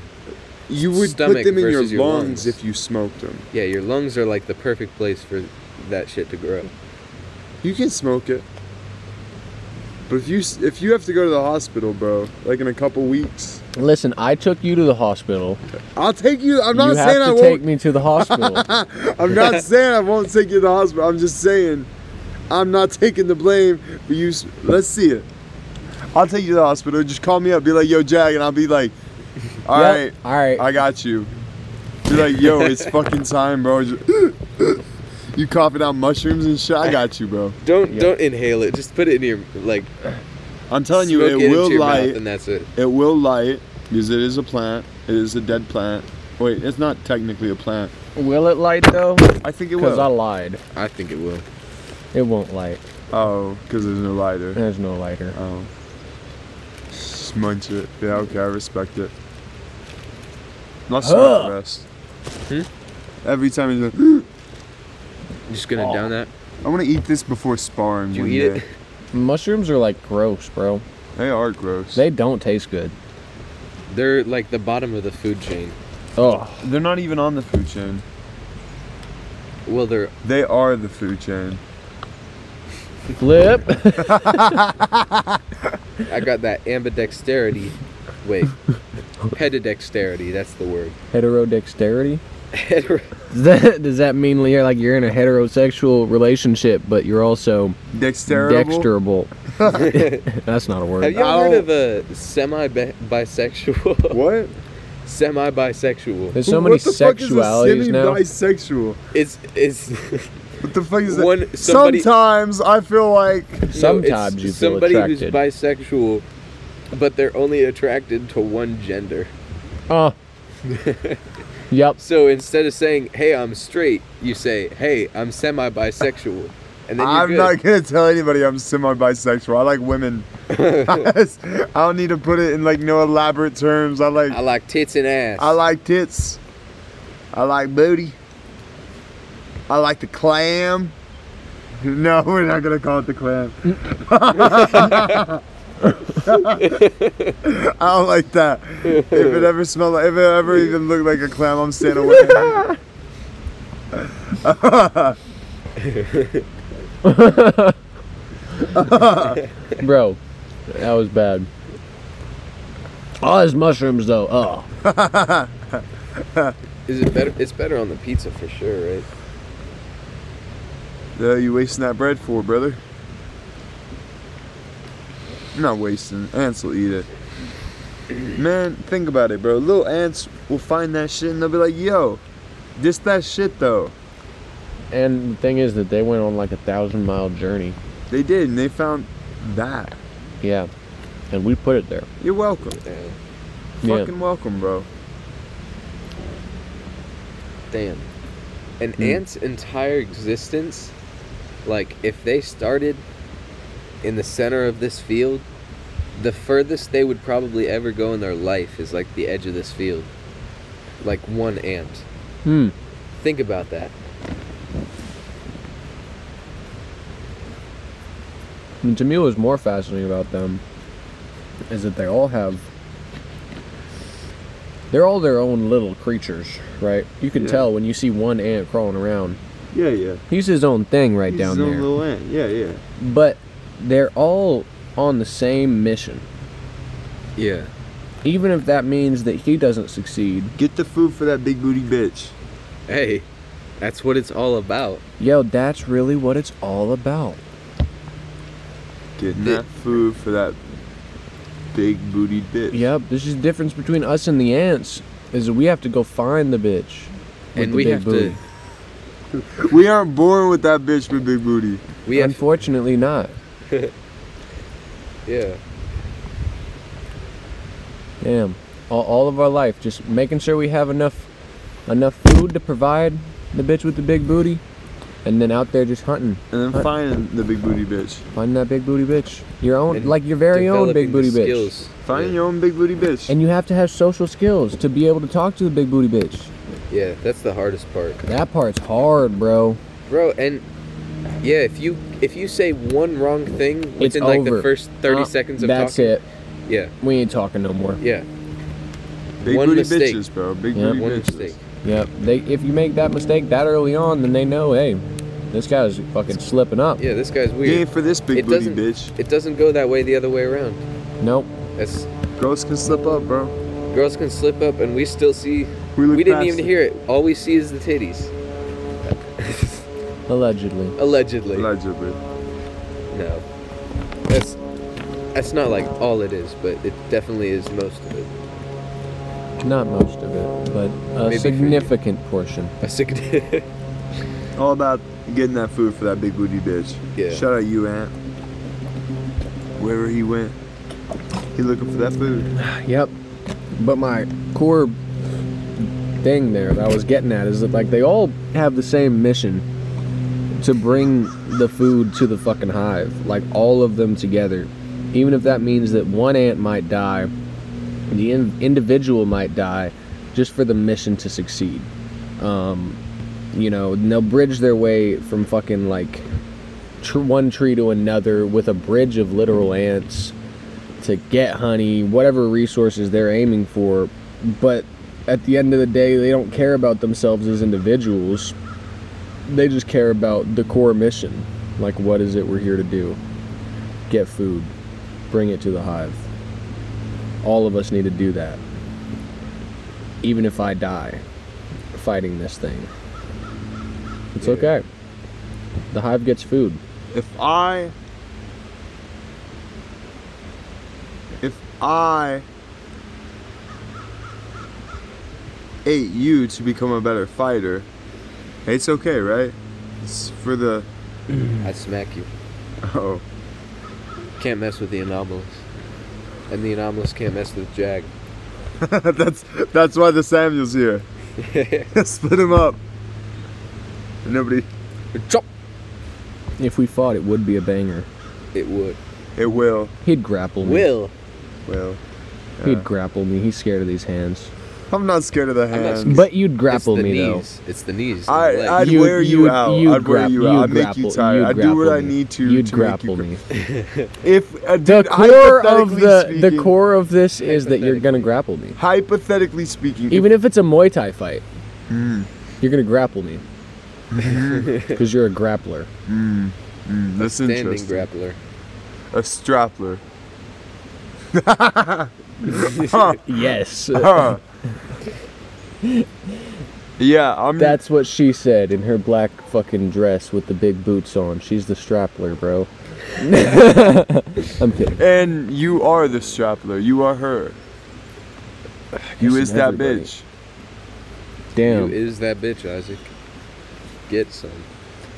S2: You would put
S3: stomach
S2: them in your lungs,
S3: versus your lungs.
S2: if you smoked them.
S3: yeah. Your lungs are like the perfect place for that shit to grow.
S2: You can smoke it. But if you s- if you have to go to the hospital, bro, like in a couple weeks,
S4: Listen, I took you to the hospital.
S2: I'll take you. I'm
S4: you
S2: not
S4: have
S2: saying I
S4: to
S2: won't.
S4: take me to the hospital.
S2: I'm not saying I won't take you to the hospital. I'm just saying I'm not taking the blame for you. s- Let's see it. I'll take you to the hospital. Just call me up. Be like, yo, Jag, and I'll be like, all
S4: Yep,
S2: right,
S4: All right.
S2: I got you. You're like, yo, it's fucking time, bro. Just- You coughing out mushrooms and shit. I got you, bro.
S3: Don't don't inhale it. Just put it in your like.
S2: I'm telling you,
S3: smoke
S2: it
S3: it into
S2: will
S3: your mouth
S2: light.
S3: and that's it.
S2: It will light because it is a plant. It is a dead plant. Wait, it's not technically a plant.
S4: Will it light though?
S2: I think it
S4: Because
S2: will.
S4: I lied.
S3: I think it will.
S4: It won't light.
S2: oh, because there's no lighter.
S4: There's no lighter.
S2: Oh. Smudge it. Yeah, okay, I respect it. Not
S4: Huh.
S2: smoke the rest.
S3: Hmm?
S2: Every time he's like,
S3: I'm just
S2: Oh.
S3: gonna down that.
S2: I want to eat this before sparring.
S3: Did you
S2: one
S3: eat
S2: day.
S3: it?
S4: Mushrooms are like gross, bro.
S2: They are gross.
S4: They don't taste good.
S3: They're like the bottom of the food chain.
S4: Oh,
S2: They're not even on the food chain.
S3: Well, they're
S2: They are the food chain.
S4: flip.
S3: I got that ambidexterity. Wait, pedidexterity. That's the word.
S4: Heterodexterity. Does that, does that mean you're like you're in a heterosexual relationship, but you're also
S2: Dexterable.
S4: dexterable? That's not a
S3: Have
S4: word.
S3: y'all heard
S2: Ow.
S3: of a semi bisexual?
S2: What?
S3: semi bisexual.
S4: There's so
S2: Who-
S4: many
S2: what the fuck is a
S4: sexualities now.
S2: Bisexual.
S3: It's it's
S2: What the fuck is that?
S3: one somebody.
S2: Sometimes I feel like
S3: no, it's
S4: Sometimes you feel
S3: somebody who's
S4: attracted.
S3: bisexual, but they're only attracted to one gender.
S4: Uh. yep.
S3: So instead of saying "Hey, I'm straight," you say "Hey, I'm semi bisexual," and then you're
S2: I'm
S3: good.
S2: not gonna tell anybody I'm semi-bisexual. I like women. I don't need to put it in like no elaborate terms. I like
S3: I like tits and ass.
S2: I like tits. I like booty. I like the clam. No, we're not gonna call it the clam. I don't like that. If it ever smelled, like, if it ever even looked like a clam, I'm staying away.
S4: Bro, that was bad. Oh, it's mushrooms though. Oh,
S3: Is it better? It's better on the pizza for sure, right?
S2: The hell you wasting that bread for, brother? I'm not wasting. Ants will eat it. Man, think about it, bro. Little ants will find that shit and they'll be like, yo, this that shit though.
S4: and the thing is that they went on like a thousand mile journey.
S2: They did, and they found that.
S4: Yeah, and we put it there.
S2: You're welcome.
S3: Damn.
S4: Yeah.
S2: Fucking welcome, bro.
S3: Damn. An ant's entire existence, like if they started in the center of this field, the furthest they would probably ever go in their life is like the edge of this field. Like one ant.
S4: Hmm.
S3: Think about that.
S4: And to me, what was more fascinating about them is that they all have. They're all their own little creatures, right? You can
S2: Yeah.
S4: tell when you see one ant crawling around.
S2: Yeah, yeah.
S4: He's his own thing right down there.
S2: little ant. Yeah, yeah.
S4: but they're all on the same mission.
S3: Yeah.
S4: Even if that means that he doesn't succeed,
S2: Get the food for that big booty bitch.
S3: Hey, that's what it's all about.
S4: Yo, that's really what it's all about.
S2: Get
S3: Th-
S2: that food for that big booty bitch.
S4: Yep, this is the difference between us and the ants is that we have to go find the bitch. with
S3: and
S4: the
S3: we
S4: big
S3: have
S4: booty.
S2: We aren't born with that bitch with big booty.
S3: to. We have.
S4: Unfortunately not.
S3: yeah.
S4: Damn. All, all of our life just making sure we have enough enough food to provide the bitch with the big booty and then out there just hunting,
S2: And then
S4: What?
S2: finding the big booty bitch.
S4: finding that big booty bitch. Your own
S3: And
S4: like your very own big
S3: Developing
S4: booty
S3: the
S4: bitch.
S3: skills.
S2: Finding your own big booty bitch.
S4: And you have to have social skills to be able to talk to the big booty bitch.
S3: Yeah, that's the hardest part.
S4: That part's hard, bro.
S3: Bro, and yeah, if you if you say one wrong thing within like the
S4: over.
S3: first 30
S4: Uh,
S3: seconds of
S4: That's
S3: talking.
S4: it.
S3: Yeah.
S4: We ain't talking no more.
S3: Yeah.
S2: Big
S3: One
S2: booty
S3: mistake.
S2: bitches, bro. Big
S4: Yeah.
S2: booty
S3: One
S2: bitches.
S3: mistake.
S4: Yep. They if you make that mistake that early on, then they know, hey, this guy's fucking slipping up.
S3: Yeah, this guy's
S2: You
S3: weird.
S2: ain't for this big
S3: It
S2: booty
S3: doesn't-
S2: bitch.
S3: It doesn't go that way the other way around.
S4: Nope.
S3: That's
S2: Girls can slip up, bro.
S3: girls can slip up and we still see
S2: We look
S3: we didn't
S2: past
S3: even
S2: it.
S3: hear it. All we see is the titties.
S4: Allegedly.
S3: Allegedly.
S2: Allegedly.
S3: no. That's that's not like all it is, but it definitely is most of it.
S4: Not most of it, but
S3: Maybe
S4: a
S3: for you.
S4: significant portion.
S3: A sig-
S2: All about getting that food for that big booty bitch.
S3: Yeah.
S2: Shout out you, Aunt. Wherever he went, he looking for that food.
S4: Yep. But my core thing there that I was getting at is that like they all have the same mission to bring the food to the fucking hive, like all of them together. Even if that means that one ant might die, the in- individual might die just for the mission to succeed. Um, you know, and they'll bridge their way from fucking like tr- one tree to another with a bridge of literal ants to get honey, whatever resources they're aiming for. But at the end of the day, they don't care about themselves as individuals. They just care about the core mission. Like, what is it we're here to do? Get food, bring it to the hive. All of us need to do that. Even if I die fighting this thing, it's
S3: Yeah.
S4: okay. The hive gets food.
S2: If I, if I ate you to become a better fighter, it's okay, right? It's for the
S3: I smack you.
S2: oh.
S3: Can't mess with the anomalous. And the anomalous can't mess with Jag.
S2: that's that's why the Samuel's here. Split him up. Nobody.
S4: If we fought, it would be a banger.
S3: It would.
S2: It will.
S4: He'd grapple me.
S3: Will.
S2: Will. Yeah.
S4: He'd grapple me. He's scared of these hands.
S2: I'm not scared of the
S3: not
S2: hands.
S4: But you'd grapple
S3: it's the
S4: me
S3: knees. It's the knees. and the
S2: I,
S3: legs.
S2: I'd
S4: You'd-
S2: wear you
S4: you'd-
S2: out.
S4: you'd
S2: I'd wear you
S4: grap-
S2: out.
S4: you'd
S2: I'd make you
S4: grapple-
S2: tired.
S4: you'd
S2: I'd do what
S4: grapple
S2: I
S4: me.
S2: need to.
S4: though. You'd
S2: to
S4: grapple
S2: make you
S4: me.
S2: gra- If uh,
S4: The
S2: dude,
S4: core of
S2: hypothetically
S4: the the
S2: speaking-
S4: core of this is that you're gonna grapple me.
S2: Hypothetically speaking,
S4: Even if it's a Muay Thai fight,
S2: Hmm.
S4: you're gonna grapple me. Because you're a grappler.
S2: Mm, that's
S3: standing
S2: interesting.
S3: grappler.
S2: A strappler.
S4: Yes.
S2: Huh. yeah, I'm.
S4: That's what she said in her black fucking dress with the big boots on. She's the strappler, bro. I'm kidding.
S2: and you are the strappler. You are her. You
S4: guessing
S2: is that
S4: everybody.
S2: bitch.
S3: You
S4: Damn.
S3: is that bitch, Isaac. Get some.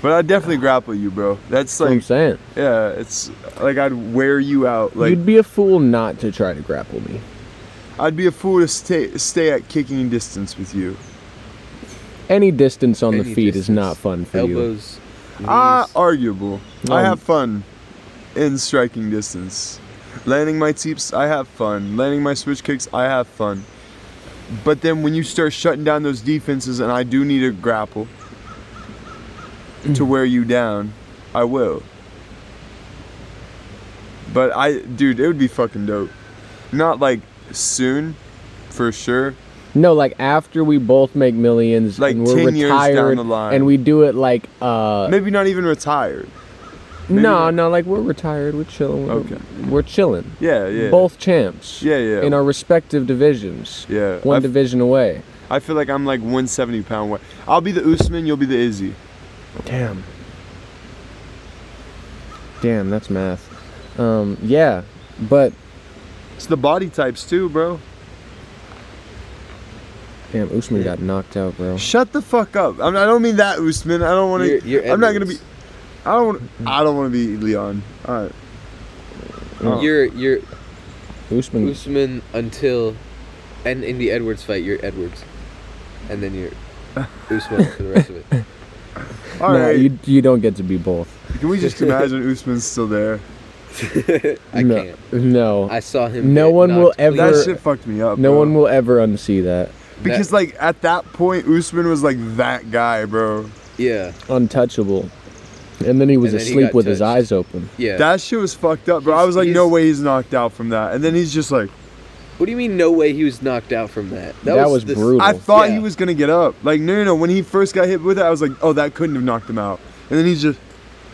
S2: But I definitely grapple you, bro. That's
S4: That's what I'm
S2: like,
S4: saying.
S2: yeah, it's like I'd wear you out. Like
S4: You'd be a fool not to try to grapple me.
S2: I'd be a fool to stay stay at kicking distance with you.
S4: Any distance on
S3: Any
S4: the feet is
S3: distance.
S4: not fun for you.
S3: Elbows. Knees.
S2: Ah, arguable. I
S4: Um,
S2: have fun in striking distance. Landing my teeps, I have fun. Landing my switch kicks, I have fun. But then when you start shutting down those defenses, and I do need a grapple
S4: Mm.
S2: to wear you down, I will. But I, dude, it would be fucking dope. Not like soon, for sure.
S4: No, like after we both make millions,
S2: Like
S4: and we're
S2: 10
S4: retired,
S2: years down the line.
S4: and we do it like uh
S2: Maybe not even retired. maybe
S4: no,
S2: not.
S4: no, like we're retired, we're chilling,
S2: Okay.
S4: we're chilling.
S2: Yeah, yeah.
S4: Both champs.
S2: Yeah, yeah.
S4: In our respective divisions.
S2: Yeah,
S4: One
S2: I've-
S4: division away.
S2: I feel like I'm like 170 pound weight. I'll be the Usman, you'll be the Izzy.
S4: Damn. Damn, that's math. Um, yeah, but
S2: It's the body types too, bro.
S4: damn, Usman got knocked out, bro.
S2: Shut the fuck up. I'm, I don't mean that Usman. I don't want
S3: You're- you're
S2: to. I'm not gonna be.
S3: Edwards.
S2: I don't. wanna- I don't want to be Leon. All right. Oh.
S3: You're you're
S4: Usman,
S3: Usman until, and in the Edwards fight, you're Edwards, and then you're Usman for the rest of it.
S2: All
S4: no,
S2: right.
S4: you you don't get to be both.
S2: Can we just imagine Usman's still there?
S3: I
S4: no,
S3: can't.
S4: no,
S3: I saw him.
S4: No
S3: get
S4: one will
S3: knocked
S4: ever-
S2: That
S4: You're-
S2: shit fucked me up.
S4: no
S2: bro.
S4: one will ever unsee that.
S2: Because like at that point, Usman was like that guy, bro.
S3: Yeah,
S4: untouchable. And then he was
S3: And then he
S4: asleep
S3: got
S4: with his
S3: touched.
S4: eyes open.
S3: yeah.
S2: That shit was fucked up, bro. I
S3: He's-
S2: was like, no
S3: he's-
S2: way he's knocked out from that. And then he's just like,
S3: what do you mean? No way. He was knocked out from that.
S4: That, was,
S3: this-
S4: brutal.
S2: I thought he
S3: Yeah.
S2: was gonna get up. Like, no, no, no. When he first got hit with it, I was like, oh, that couldn't have knocked him out. And then he's just,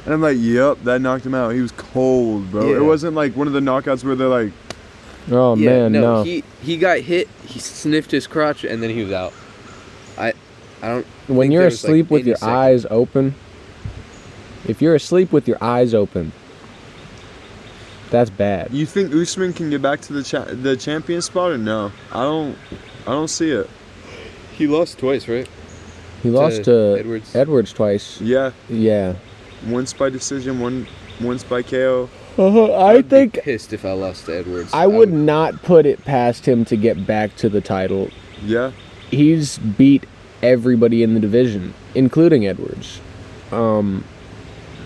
S2: and I'm like, yep, that knocked him out. He was cold, bro.
S3: Yeah.
S2: It wasn't like one of the knockouts where they're like,
S4: oh
S3: Yeah,
S4: man, no.
S3: He he got hit. He sniffed his crotch and then he was out. I I don't.
S4: when
S3: think
S4: you're
S3: there was, like,
S4: asleep with
S3: 80
S4: your
S3: seconds.
S4: eyes open, if you're asleep with your eyes open, that's bad.
S2: you think Usman can get back to the cha- the champion spot or no? I don't, I don't see it.
S3: He lost twice, right?
S4: He lost to Edwards.
S3: Edwards.
S4: twice.
S2: Yeah,
S4: Yeah.
S2: once by decision, one once by KO.
S4: Uh-huh, I
S3: I'd be
S4: think
S3: pissed if I lost to Edwards.
S4: I would not put it past him to get back to the title.
S2: Yeah,
S4: He's beat everybody in the division, including Edwards. Um,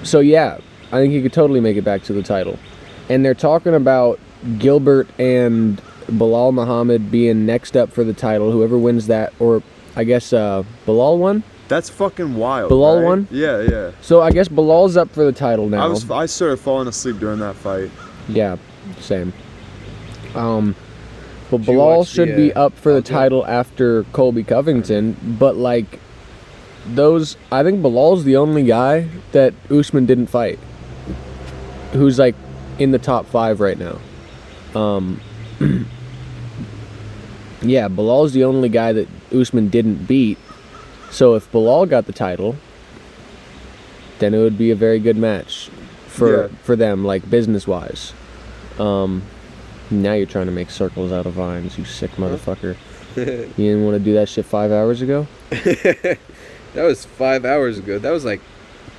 S4: so yeah, I think he could totally make it back to the title. And they're talking about Gilbert and Bilal Muhammad being next up for the title. Whoever wins that, or I guess uh, Bilal won.
S2: that's fucking wild.
S4: Bilal
S2: right?
S4: won?
S2: Yeah, yeah.
S4: So I guess Bilal's up for the title now.
S2: I was I started falling asleep during that fight.
S4: Yeah, same. Um, but
S3: you
S4: Bilal
S3: watch the,
S4: should be
S3: uh,
S4: up for the
S3: Contra?
S4: title after Colby Covington, but like those, I think Bilal's the only guy that Usman didn't fight, who's like in the top five right now. Um, yeah, Bilal's the only guy that Usman didn't beat. So if Bilal got the title, then it would be a very good match for
S2: Yeah.
S4: for them, like business wise. Um, now you're trying to make circles out of vines, you sick motherfucker. you didn't want to do that shit five hours ago.
S3: That was five hours ago. That was like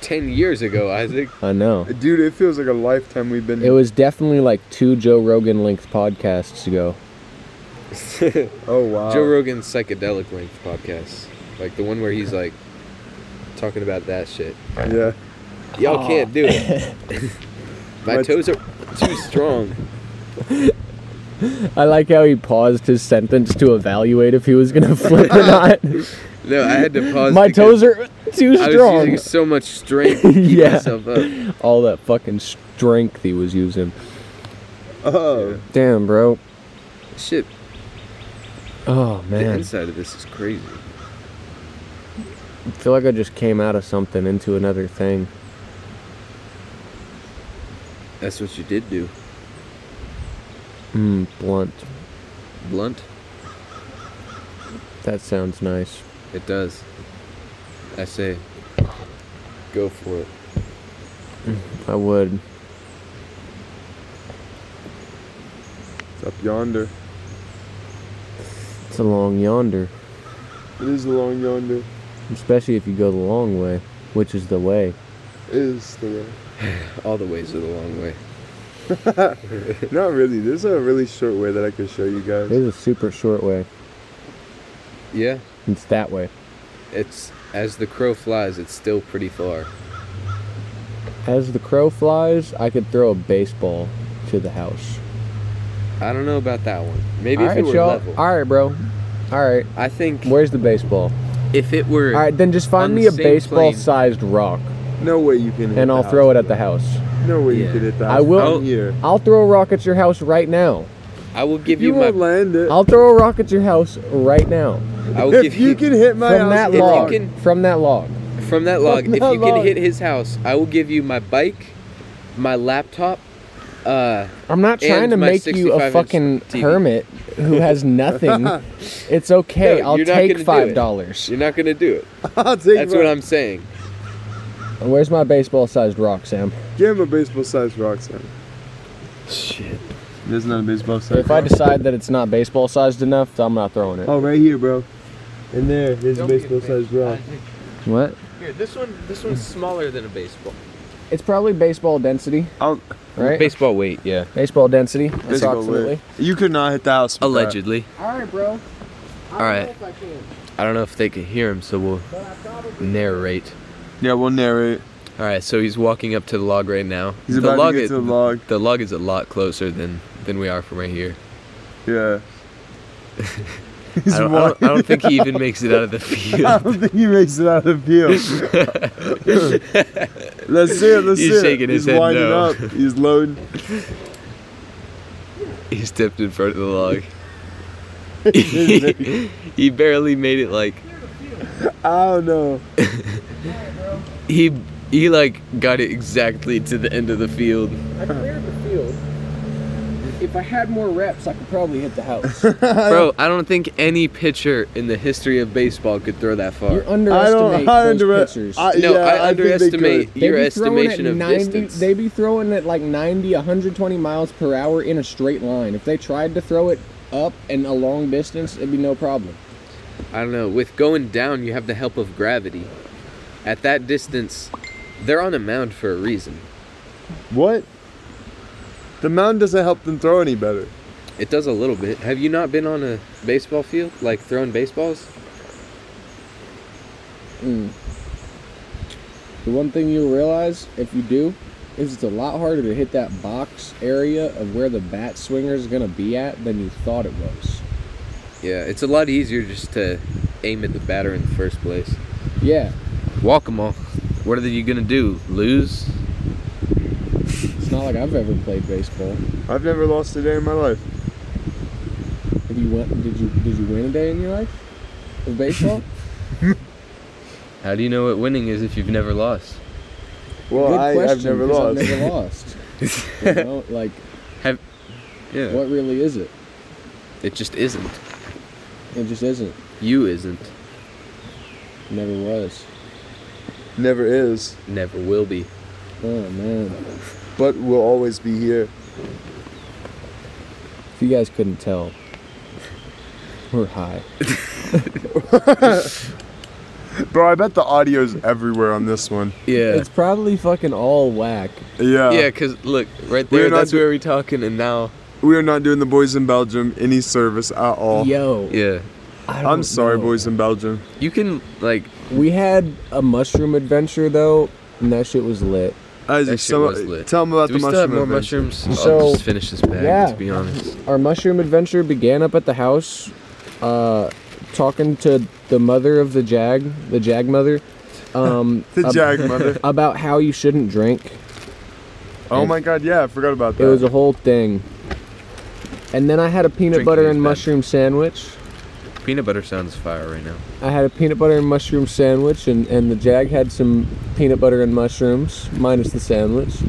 S3: ten years ago, Isaac.
S4: I know.
S2: Dude, it feels like a lifetime we've been.
S4: It was definitely like two Joe Rogan length podcasts ago.
S2: oh
S4: Uh,
S2: wow.
S3: Joe Rogan's psychedelic length podcast, like the one where he's like talking about that shit.
S2: Yeah.
S3: Y'all can't do it. My
S2: But-
S3: toes are too strong.
S4: I like how he paused his sentence to evaluate if he was gonna flip or not.
S3: No, I had to pause.
S4: My
S3: because
S4: toes are too
S3: I was
S4: strong.
S3: using so much strength to keep
S4: Yeah.
S3: myself up.
S4: All that fucking strength he was using.
S2: Oh.
S4: Damn, bro.
S3: Shit,
S4: Oh
S3: the
S4: man,
S3: inside of this is crazy.
S4: I feel like I just came out of something into another thing.
S3: That's what you did do.
S4: Mm, blunt.
S3: Blunt.
S4: That sounds nice.
S3: It does. I say, go for it.
S4: I would.
S2: It's up yonder.
S4: It's along yonder,
S2: It is along yonder.
S4: especially if you go the long way, which is the way.
S2: It is the way.
S3: All the ways are the long way.
S2: Not really. There's a really short way that I could show you guys.
S4: There's a super short way.
S3: Yeah,
S4: It's that way.
S3: it's as the crow flies, it's still pretty far.
S4: As the crow flies, I could throw a baseball to the house.
S3: I don't know about that one. Maybe
S4: All
S3: if it
S4: right,
S3: were
S4: y'all.
S3: level.
S4: All right, bro. All right.
S3: I think
S4: Where's the baseball?
S3: if it were
S4: All right, then just
S3: On
S4: find
S3: the
S4: me a
S3: same
S4: baseball-sized rock,
S2: No way you can. Hit
S4: and
S2: the
S4: I'll
S2: house.
S4: throw it at the house.
S2: No way you
S3: Yeah.
S2: can hit that.
S4: I will-
S2: Out here.
S4: I'll throw a rock at your house right now.
S3: I will give
S2: You,
S3: you,
S2: won't
S3: my
S2: land it.
S4: I'll throw a rock at your house right now.
S3: I will
S2: if
S3: give
S2: you,
S3: you
S2: can hit my
S4: From
S2: house,
S4: that
S2: with a
S3: you
S4: log.
S2: rock,
S3: can-
S4: From that log.
S3: from that log,
S4: From
S3: if
S4: that
S3: you can
S4: log.
S3: hit his house, I will give you my bike, my laptop, uh
S4: I'm not trying
S3: And
S4: to
S3: my
S4: make you
S3: 65
S4: a
S3: inch
S4: fucking
S3: TV.
S4: hermit who has nothing. it's okay.
S3: No,
S4: I'll
S3: you're not
S4: take
S3: gonna do
S4: five
S3: it.
S4: dollars.
S3: you're not gonna do it.
S2: I'll take
S3: That's
S2: my-
S3: what I'm saying.
S4: Where's my baseball-sized rock, Sam?
S2: Give him a baseball-sized rock, son.
S3: Shit.
S2: There's not a baseball-sized.
S4: If I decide that it's not baseball-sized enough, I'm not throwing it.
S2: Oh, right here, bro. In there, there's a baseball-sized rock.
S4: What?
S3: Here, this one this one's smaller than a baseball.
S4: It's probably baseball density,
S3: Oh.
S2: I'll,
S4: right?
S3: Baseball weight, yeah.
S4: baseball density,
S2: baseball
S4: approximately.
S2: wood. You could not hit the house. with that.
S3: Allegedly.
S14: All right, bro. I
S3: All right.
S14: Don't know if I can,
S3: I don't know if they can hear him, so we'll
S14: but I probably.
S3: narrate.
S2: Yeah, we'll narrate.
S3: All right, so he's walking up to the log right now.
S2: He's about to get
S3: is-
S2: to the log.
S3: The log is a lot closer than than we are from right here.
S2: Yeah.
S13: He's
S3: I don't, I,
S13: wa-
S3: don't, I don't think he even makes it out of the
S13: I
S3: field.
S13: don't think he makes it out of the field. let's see it. Let's
S3: He's
S13: see it.
S3: shaking his
S13: He's
S3: head
S13: winding
S3: no.
S13: up. He's loading.
S3: He stepped in front of the log. he, barely made it like
S13: I don't know.
S3: he he like got it exactly to the end of the field.
S5: I cleared the field. If I had more reps, I could probably hit the house.
S3: Bro, I don't think any pitcher in the history of baseball could throw that
S5: You
S3: far.
S13: I
S5: underestimate
S13: don't. I
S5: those
S13: underestimate.
S5: pitchers.
S3: No,
S13: yeah,
S3: I
S13: think they could.
S3: underestimate
S5: They
S3: your
S5: be throwing at
S3: estimation of
S5: 90,
S3: distance.
S5: They be throwing at like 90, 120 miles per hour in a straight line. If they tried to throw it up and a long distance, it'd be no problem.
S3: I don't know. With going down, you have the help of gravity. At that distance, they're on a mound for a reason.
S13: What? The mound doesn't help them throw any better.
S3: It does a little bit. Have you not been on a baseball field, like throwing baseballs?
S5: The one thing you'll realize, if you do, is it's a lot harder to hit that box area of where the bat swinger is going to be at than you thought it was.
S3: Yeah, it's a lot easier just to aim at the batter in the first place.
S5: Yeah,
S3: Walk 'em all. What are you gonna do? Lose?
S5: it's not like I've ever played baseball.
S13: I've never lost a day in my life.
S5: Have you went? Did you did you win a day in your life of baseball?
S3: How do you know what winning is if you've never lost?
S13: Well,
S5: Good
S13: I,
S5: question.
S13: I've never
S5: 'cause
S13: lost.
S5: I've never lost. You know, like,
S3: Yeah,
S5: what really is it?
S3: it just isn't.
S5: It just isn't.
S3: You isn't.
S5: Never was.
S13: never is,
S3: Never will be.
S5: Oh man.
S13: but will always be here.
S4: If you guys couldn't tell, we're high.
S2: Bro, I bet the audio's everywhere on this one.
S3: Yeah.
S4: It's probably fucking all whack.
S2: Yeah.
S3: Yeah, cause look right
S2: Uh, We're
S3: there.
S2: not
S3: That's
S2: do-
S3: where we're talking, and now.
S2: We are not doing the boys in Belgium any service at all.
S4: Yo,
S3: Yeah.
S4: I don't
S2: I'm sorry,
S4: know.
S2: boys in Belgium.
S3: You can like
S4: We had a mushroom adventure though, and that shit was lit.
S2: Isaac,
S3: That shit
S2: some,
S3: was lit.
S2: tell them about
S3: Do
S2: the
S3: we
S2: mushroom.
S3: still have more
S2: event.
S3: mushrooms? I'll
S4: So,
S3: just finish this bag,
S4: yeah.
S3: to be honest.
S4: Our mushroom adventure began up at the house, uh, talking to the mother of the jag, the jag mother, um,
S2: The
S4: ab-
S2: Jag mother.
S4: about how you shouldn't drink.
S2: Oh my god, yeah, I forgot about that.
S4: It was a whole thing. And then I had a peanut
S3: Drinking
S4: butter
S3: is
S4: and
S3: bad.
S4: mushroom sandwich.
S3: Peanut butter sounds fire right now.
S4: I had a peanut butter and mushroom sandwich, and, and the Jag had some peanut butter and mushrooms, minus the sandwich.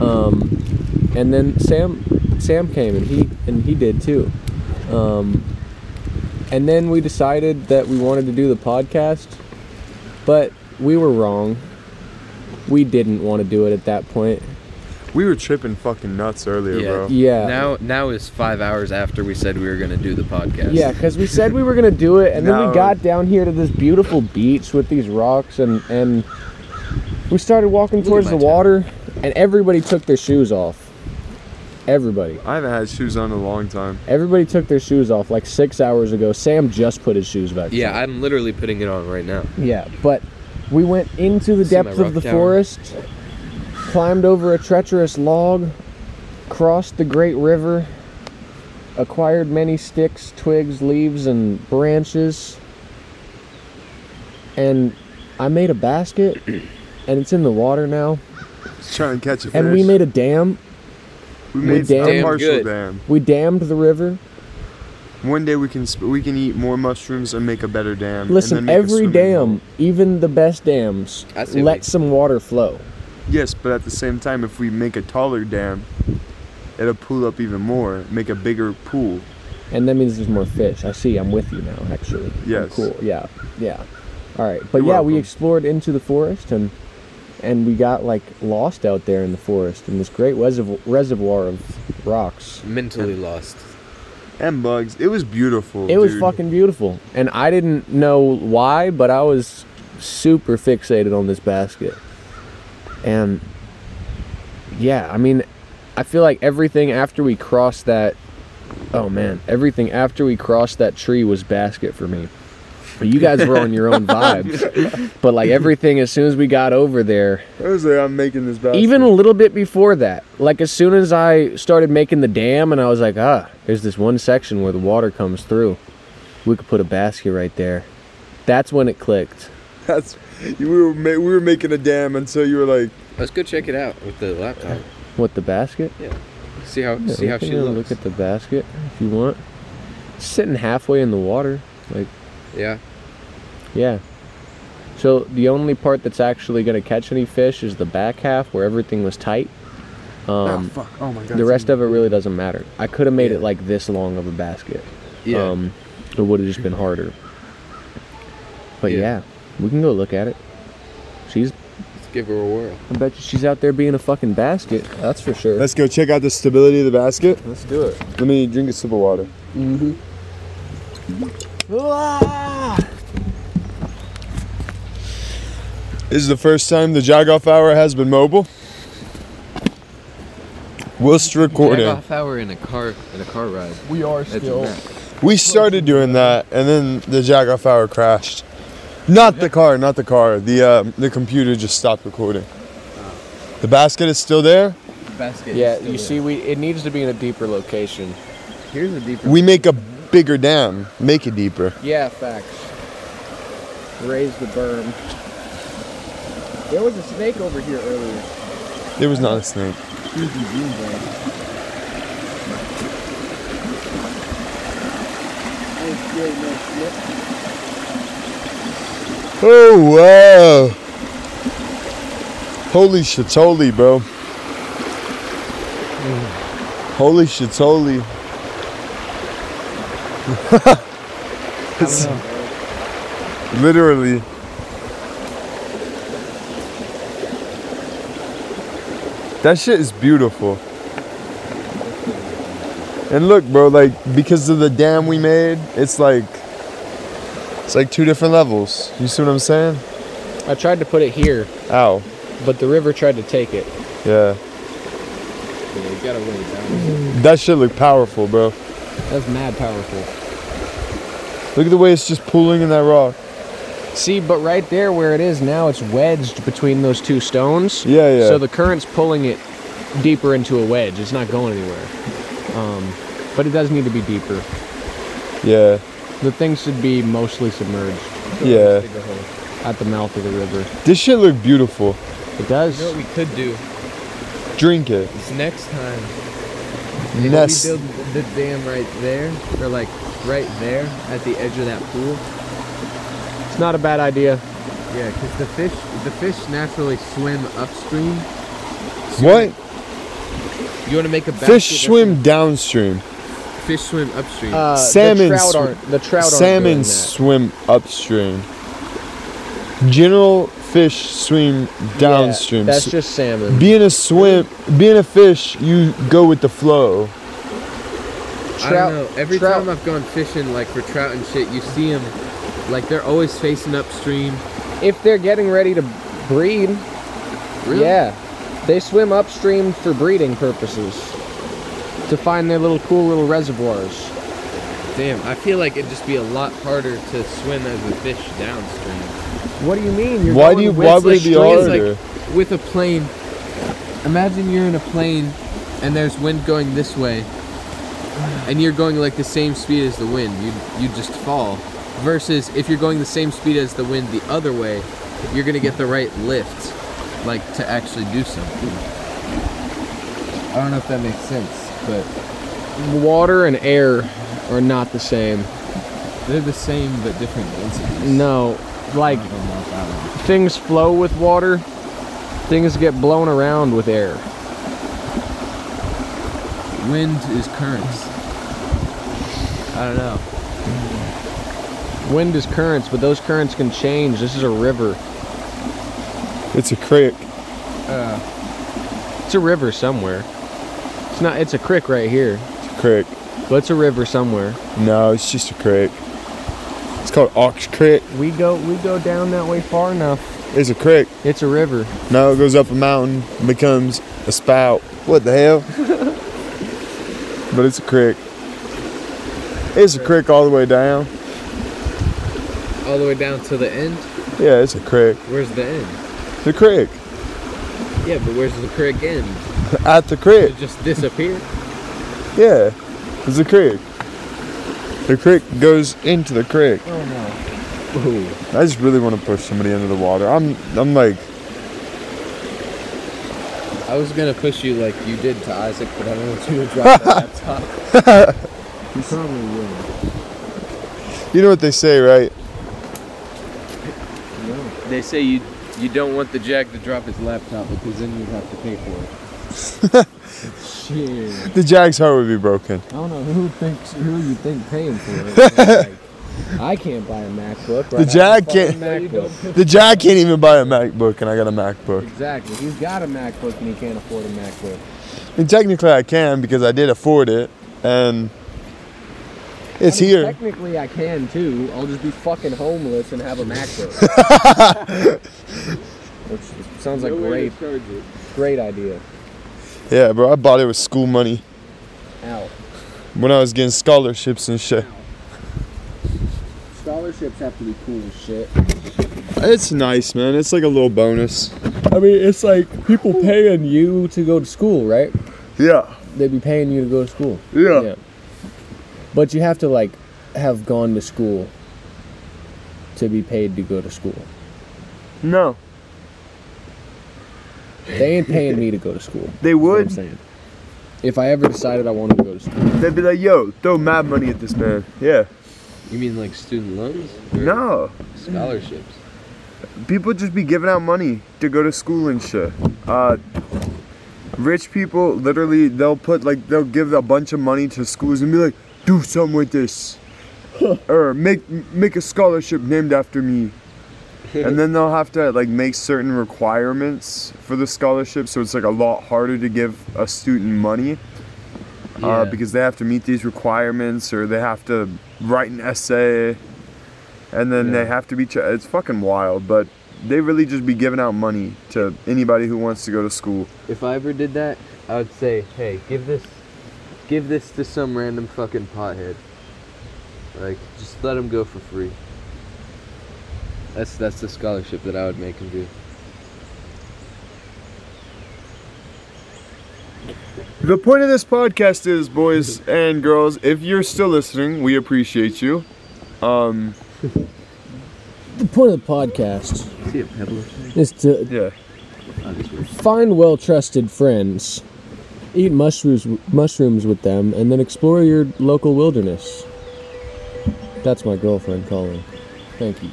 S4: Um, and then Sam Sam came, and he and he did too. Um, and then we decided that we wanted to do the podcast, but we were wrong. We didn't want to do it at that point.
S2: we were tripping fucking nuts earlier,
S3: Yeah.
S2: bro.
S4: Yeah.
S3: Now now is five hours after we said we were gonna do the podcast.
S4: Yeah, because we said we were gonna do it, and then
S2: No.
S4: we got down here to this beautiful beach with these rocks, and and we started walking towards
S3: my
S4: the
S3: toe.
S4: water, and everybody took their shoes off. Everybody,
S2: I haven't had shoes on in a long time.
S4: everybody took their shoes off like six hours ago. Sam just put his shoes back.
S3: Yeah, I'm literally putting it on right now.
S4: on. yeah, but we went into the
S3: See my
S4: depths of
S3: rock
S4: the
S3: tower.
S4: forest, climbed over a treacherous log, crossed the great river, acquired many sticks, twigs, leaves, and branches. And I made a basket, and it's in the water now.
S2: Just trying to catch a fish.
S4: And we made a dam.
S2: we made
S4: damn
S2: a partial
S3: good.
S2: dam.
S4: We dammed the river.
S2: One day we can sp- we can eat more mushrooms and make a better dam. and then
S4: Listen,
S2: make a
S4: every
S2: swimming
S4: dam,
S2: hole.
S4: even the best dams,
S3: I see what
S4: let
S3: you-
S4: some water flow.
S2: Yes, but at the same time, if we make a taller dam, it'll pull up even more, make a bigger pool.
S4: And that means there's more fish. I see. I'm with you now, actually. I'm
S2: Yes.
S4: Cool. Yeah. Yeah. All right. But
S2: You're
S4: yeah,
S2: welcome.
S4: we explored into the forest and and we got like lost out there in the forest in this great reserv- reservoir of rocks.
S3: Mentally lost.
S2: And bugs. It was beautiful.
S4: It was
S2: dude.
S4: fucking beautiful. And I didn't know why, but I was super fixated on this basket. And yeah, I mean, I feel like everything after we crossed that oh man, everything after we crossed that tree was basket for me. But you guys were on your own vibes. But like everything as soon as we got over there,
S2: I was like, I'm making this basket.
S4: even a little bit before that like as soon as i started making the dam and i was like ah there's this one section where the water comes through
S15: we could put a basket right there. That's when it clicked.
S2: That's you we were ma- we were making a dam until you were like,
S3: Let's go check it out with the laptop.
S15: What the basket?
S3: See how
S15: Yeah,
S3: see
S15: we
S3: how
S15: can
S3: she
S15: uh,
S3: looks.
S15: Look at the basket if you want. Sitting halfway in the water, like
S3: yeah.
S15: yeah. So the only part that's actually gonna catch any fish is the back half where everything was tight.
S16: oh,
S15: Um,
S16: fuck. Oh, my God.
S15: the rest of it really doesn't matter. I could have made it like this long of a basket.
S3: Yeah.
S15: Um, it would have just been harder. But
S3: Yeah.
S15: yeah. we can go look at it. She's,
S3: Let's give her a whirl.
S15: I bet you she's out there being a fucking basket. That's for sure.
S2: let's go check out the stability of the basket.
S15: Let's do it. Mm-hmm.
S2: Let me drink a sip of water. This is the first time the jog off hour has been mobile. Whilst recording,
S3: Half hour in a car in a car ride.
S15: We are
S3: That's a wrap.
S2: we started doing that, and then the jog off hour crashed. Not the car, not the car. The uh, the computer just stopped recording.
S15: Oh.
S2: The basket is still there.
S3: basket.
S15: Yeah, you see, we it needs to be in a deeper location.
S3: Here's a deeper.
S2: We make a bigger dam, make it deeper.
S15: Yeah, facts.
S17: Raise the berm. There was a snake over here earlier.
S2: There was not a snake. Oh wow! Holy shitoli, bro. Holy shitoli. It's- literally. That shit is beautiful. And look, bro, like because of the dam we made, it's like it's like two different levels. You see what I'm saying?
S4: I tried to put it here,
S2: Ow.
S4: but the river tried to take it.
S2: Yeah. That shit look powerful, bro.
S4: That's mad powerful.
S2: Look at the way it's just pooling in that rock.
S4: See, but right there where it is now, it's wedged between those two stones.
S2: Yeah, yeah.
S4: So the current's pulling it deeper into a wedge. It's not going anywhere. Um, but it does need to be deeper.
S2: Yeah.
S4: The thing should be mostly submerged
S2: Yeah.
S4: at the mouth of the river.
S2: This shit look beautiful.
S4: It does.
S3: You know what we could do
S2: Drink it.
S3: is next time
S2: Nest.
S3: we build the dam right there, or like right there at the edge of that pool.
S4: It's not a bad idea.
S3: Yeah, because the fish the fish naturally swim upstream.
S2: What?
S3: You want to make a basket
S2: Fish
S3: that's-
S2: swim downstream.
S3: Fish swim upstream.
S4: Uh,
S2: Salmon
S4: The trout
S2: sw-
S4: aren't. The trout aren't doing
S2: Salmon
S4: that.
S2: swim upstream. General fish swim downstream.
S4: That's
S2: S-
S4: just salmon.
S2: being a swim, being a fish, you go with the flow.
S3: I
S4: trout-
S3: don't know. Every
S4: trout-
S3: time I've gone fishing, like for trout and shit, you see them, like they're always facing upstream.
S4: if they're getting ready to breed,
S3: Really?
S4: yeah, they swim upstream for breeding purposes to find their little cool little reservoirs.
S3: Damn, I feel like it'd just be a lot harder to swim as a fish downstream.
S4: What do you mean? You're
S2: why
S4: going
S2: do you?
S4: with
S2: Why
S4: the
S2: would it be
S4: stream.
S3: streams, like-
S2: harder?
S3: With a plane, imagine you're in a plane and there's wind going this way, and you're going like the same speed as the wind. You you just fall. Versus if you're going the same speed as the wind the other way, you're gonna get the right lift, like to actually do something. I don't know if that makes sense, but
S4: Water and air are not the same.
S3: they're the same but different densities.
S4: No, like
S3: I don't know if that one-
S4: things flow with water, things get blown around with air.
S3: Wind is currents. I don't know.
S4: Wind is currents, but those currents can change. This is a river.
S2: It's a creek.
S4: It's a river somewhere. It's not. It's a creek right here,
S2: It's a creek.
S4: but it's a river somewhere.
S2: No, it's just a creek. It's called Ox Creek.
S4: We go. We go down that way far enough.
S2: It's a creek.
S4: It's a river.
S2: Now it goes up a mountain, becomes a spout. What the hell? but it's a creek. It's a creek all the way down.
S3: All the way down to the end?
S2: Yeah, it's a creek.
S3: Where's the end?
S2: The creek.
S3: Yeah, but where's the creek end?
S2: At the creek.
S3: It just disappear?
S2: Yeah, it's a creek. The creek goes into the creek.
S5: Oh no.
S2: I just really want to push somebody into the water. I'm I'm like
S12: I was gonna push you like you did to Isaac, but I don't want you to drop that laptop.
S5: You probably will.
S2: you know what they say, right?
S12: They say you you don't want the Jack to drop his laptop because then you'd have to pay for it.
S5: Shit.
S2: The Jag's heart would be broken.
S5: I don't know who thinks who you think paying for it. Like, I can't buy a MacBook. Right? I
S2: The Jag
S5: can
S2: can't
S5: buy a MacBook.
S2: the Jag can't even buy a MacBook and I got a MacBook.
S5: Exactly. He's got a MacBook and he can't afford a MacBook.
S2: And technically I can because I did afford it and it's
S5: I mean,
S2: here.
S5: Technically, I can too. I'll just be fucking homeless and have a MacBook. Which sounds like great, great idea.
S2: Yeah, bro, I bought it with school money
S5: Out.
S2: when I was getting scholarships and shit.
S5: Scholarships have to be cool as shit.
S2: It's nice, man. It's like a little bonus.
S4: I mean, it's like people paying you to go to school, right?
S2: Yeah.
S4: They'd be paying you to go to school.
S2: Yeah.
S4: Yeah. But you have to like have gone to school to be paid to go to school.
S13: No,
S4: They ain't paying me to go to school.
S13: they
S4: What I'm
S13: would.
S4: saying. If I ever decided I wanted to go to school,
S13: They'd be like, "Yo, throw mad money at this man." Yeah.
S12: You mean like student loans? Or
S13: No,
S12: Scholarships.
S13: people just be giving out money to go to school and shit. Uh, rich people literally they'll put like they'll give a bunch of money to schools and be like, "Do something with this," or make make a scholarship named after me. and then they'll have to like make certain requirements for the scholarship, so it's like a lot harder to give a student money uh, because they have to meet these requirements or they have to write an essay and then they have to be ch- it's fucking wild but they really just be giving out money to anybody who wants to go to school
S12: If I ever did that, I would say, hey, give this, give this to some random fucking pothead. Like, just let him go for free. That's that's the scholarship that I would make him do.
S2: The point of this podcast is, boys and girls, if you're still listening, we appreciate you. Um,
S4: the point of the podcast
S12: See a peddler?
S4: is to
S2: yeah.
S4: find well-trusted friends, eat mushrooms mushrooms with them, and then explore your local wilderness. That's my girlfriend calling. Thank you.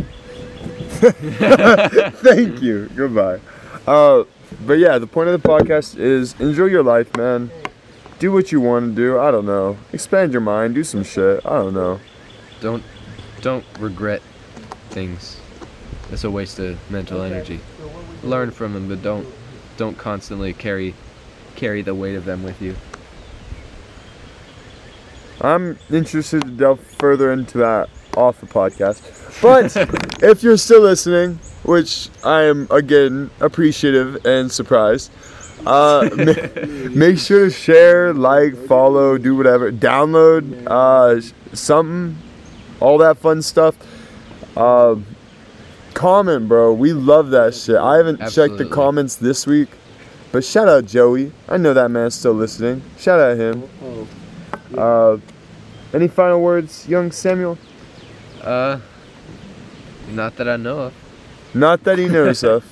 S2: Thank you. Goodbye. Uh, but yeah, the point of the podcast is enjoy your life, man. Do what you want to do. I don't know. Expand your mind. Do some shit. I don't know.
S3: Don't don't regret things. It's a waste of mental energy. Learn from them, but don't don't constantly carry carry the weight of them with you.
S2: I'm interested to delve further into that off the podcast. But if you're still listening, which I am again appreciative and surprised, uh, ma- make sure to share, like, follow, do whatever, download uh, sh- something, all that fun stuff. Uh, comment, bro. We love that shit. I haven't checked
S3: Absolutely.
S2: the comments this week, but shout out Joey. I know that man's still listening. Shout out him. Uh, any final words, young Samuel?
S3: Uh, not that I know of.
S2: Not that he knows of.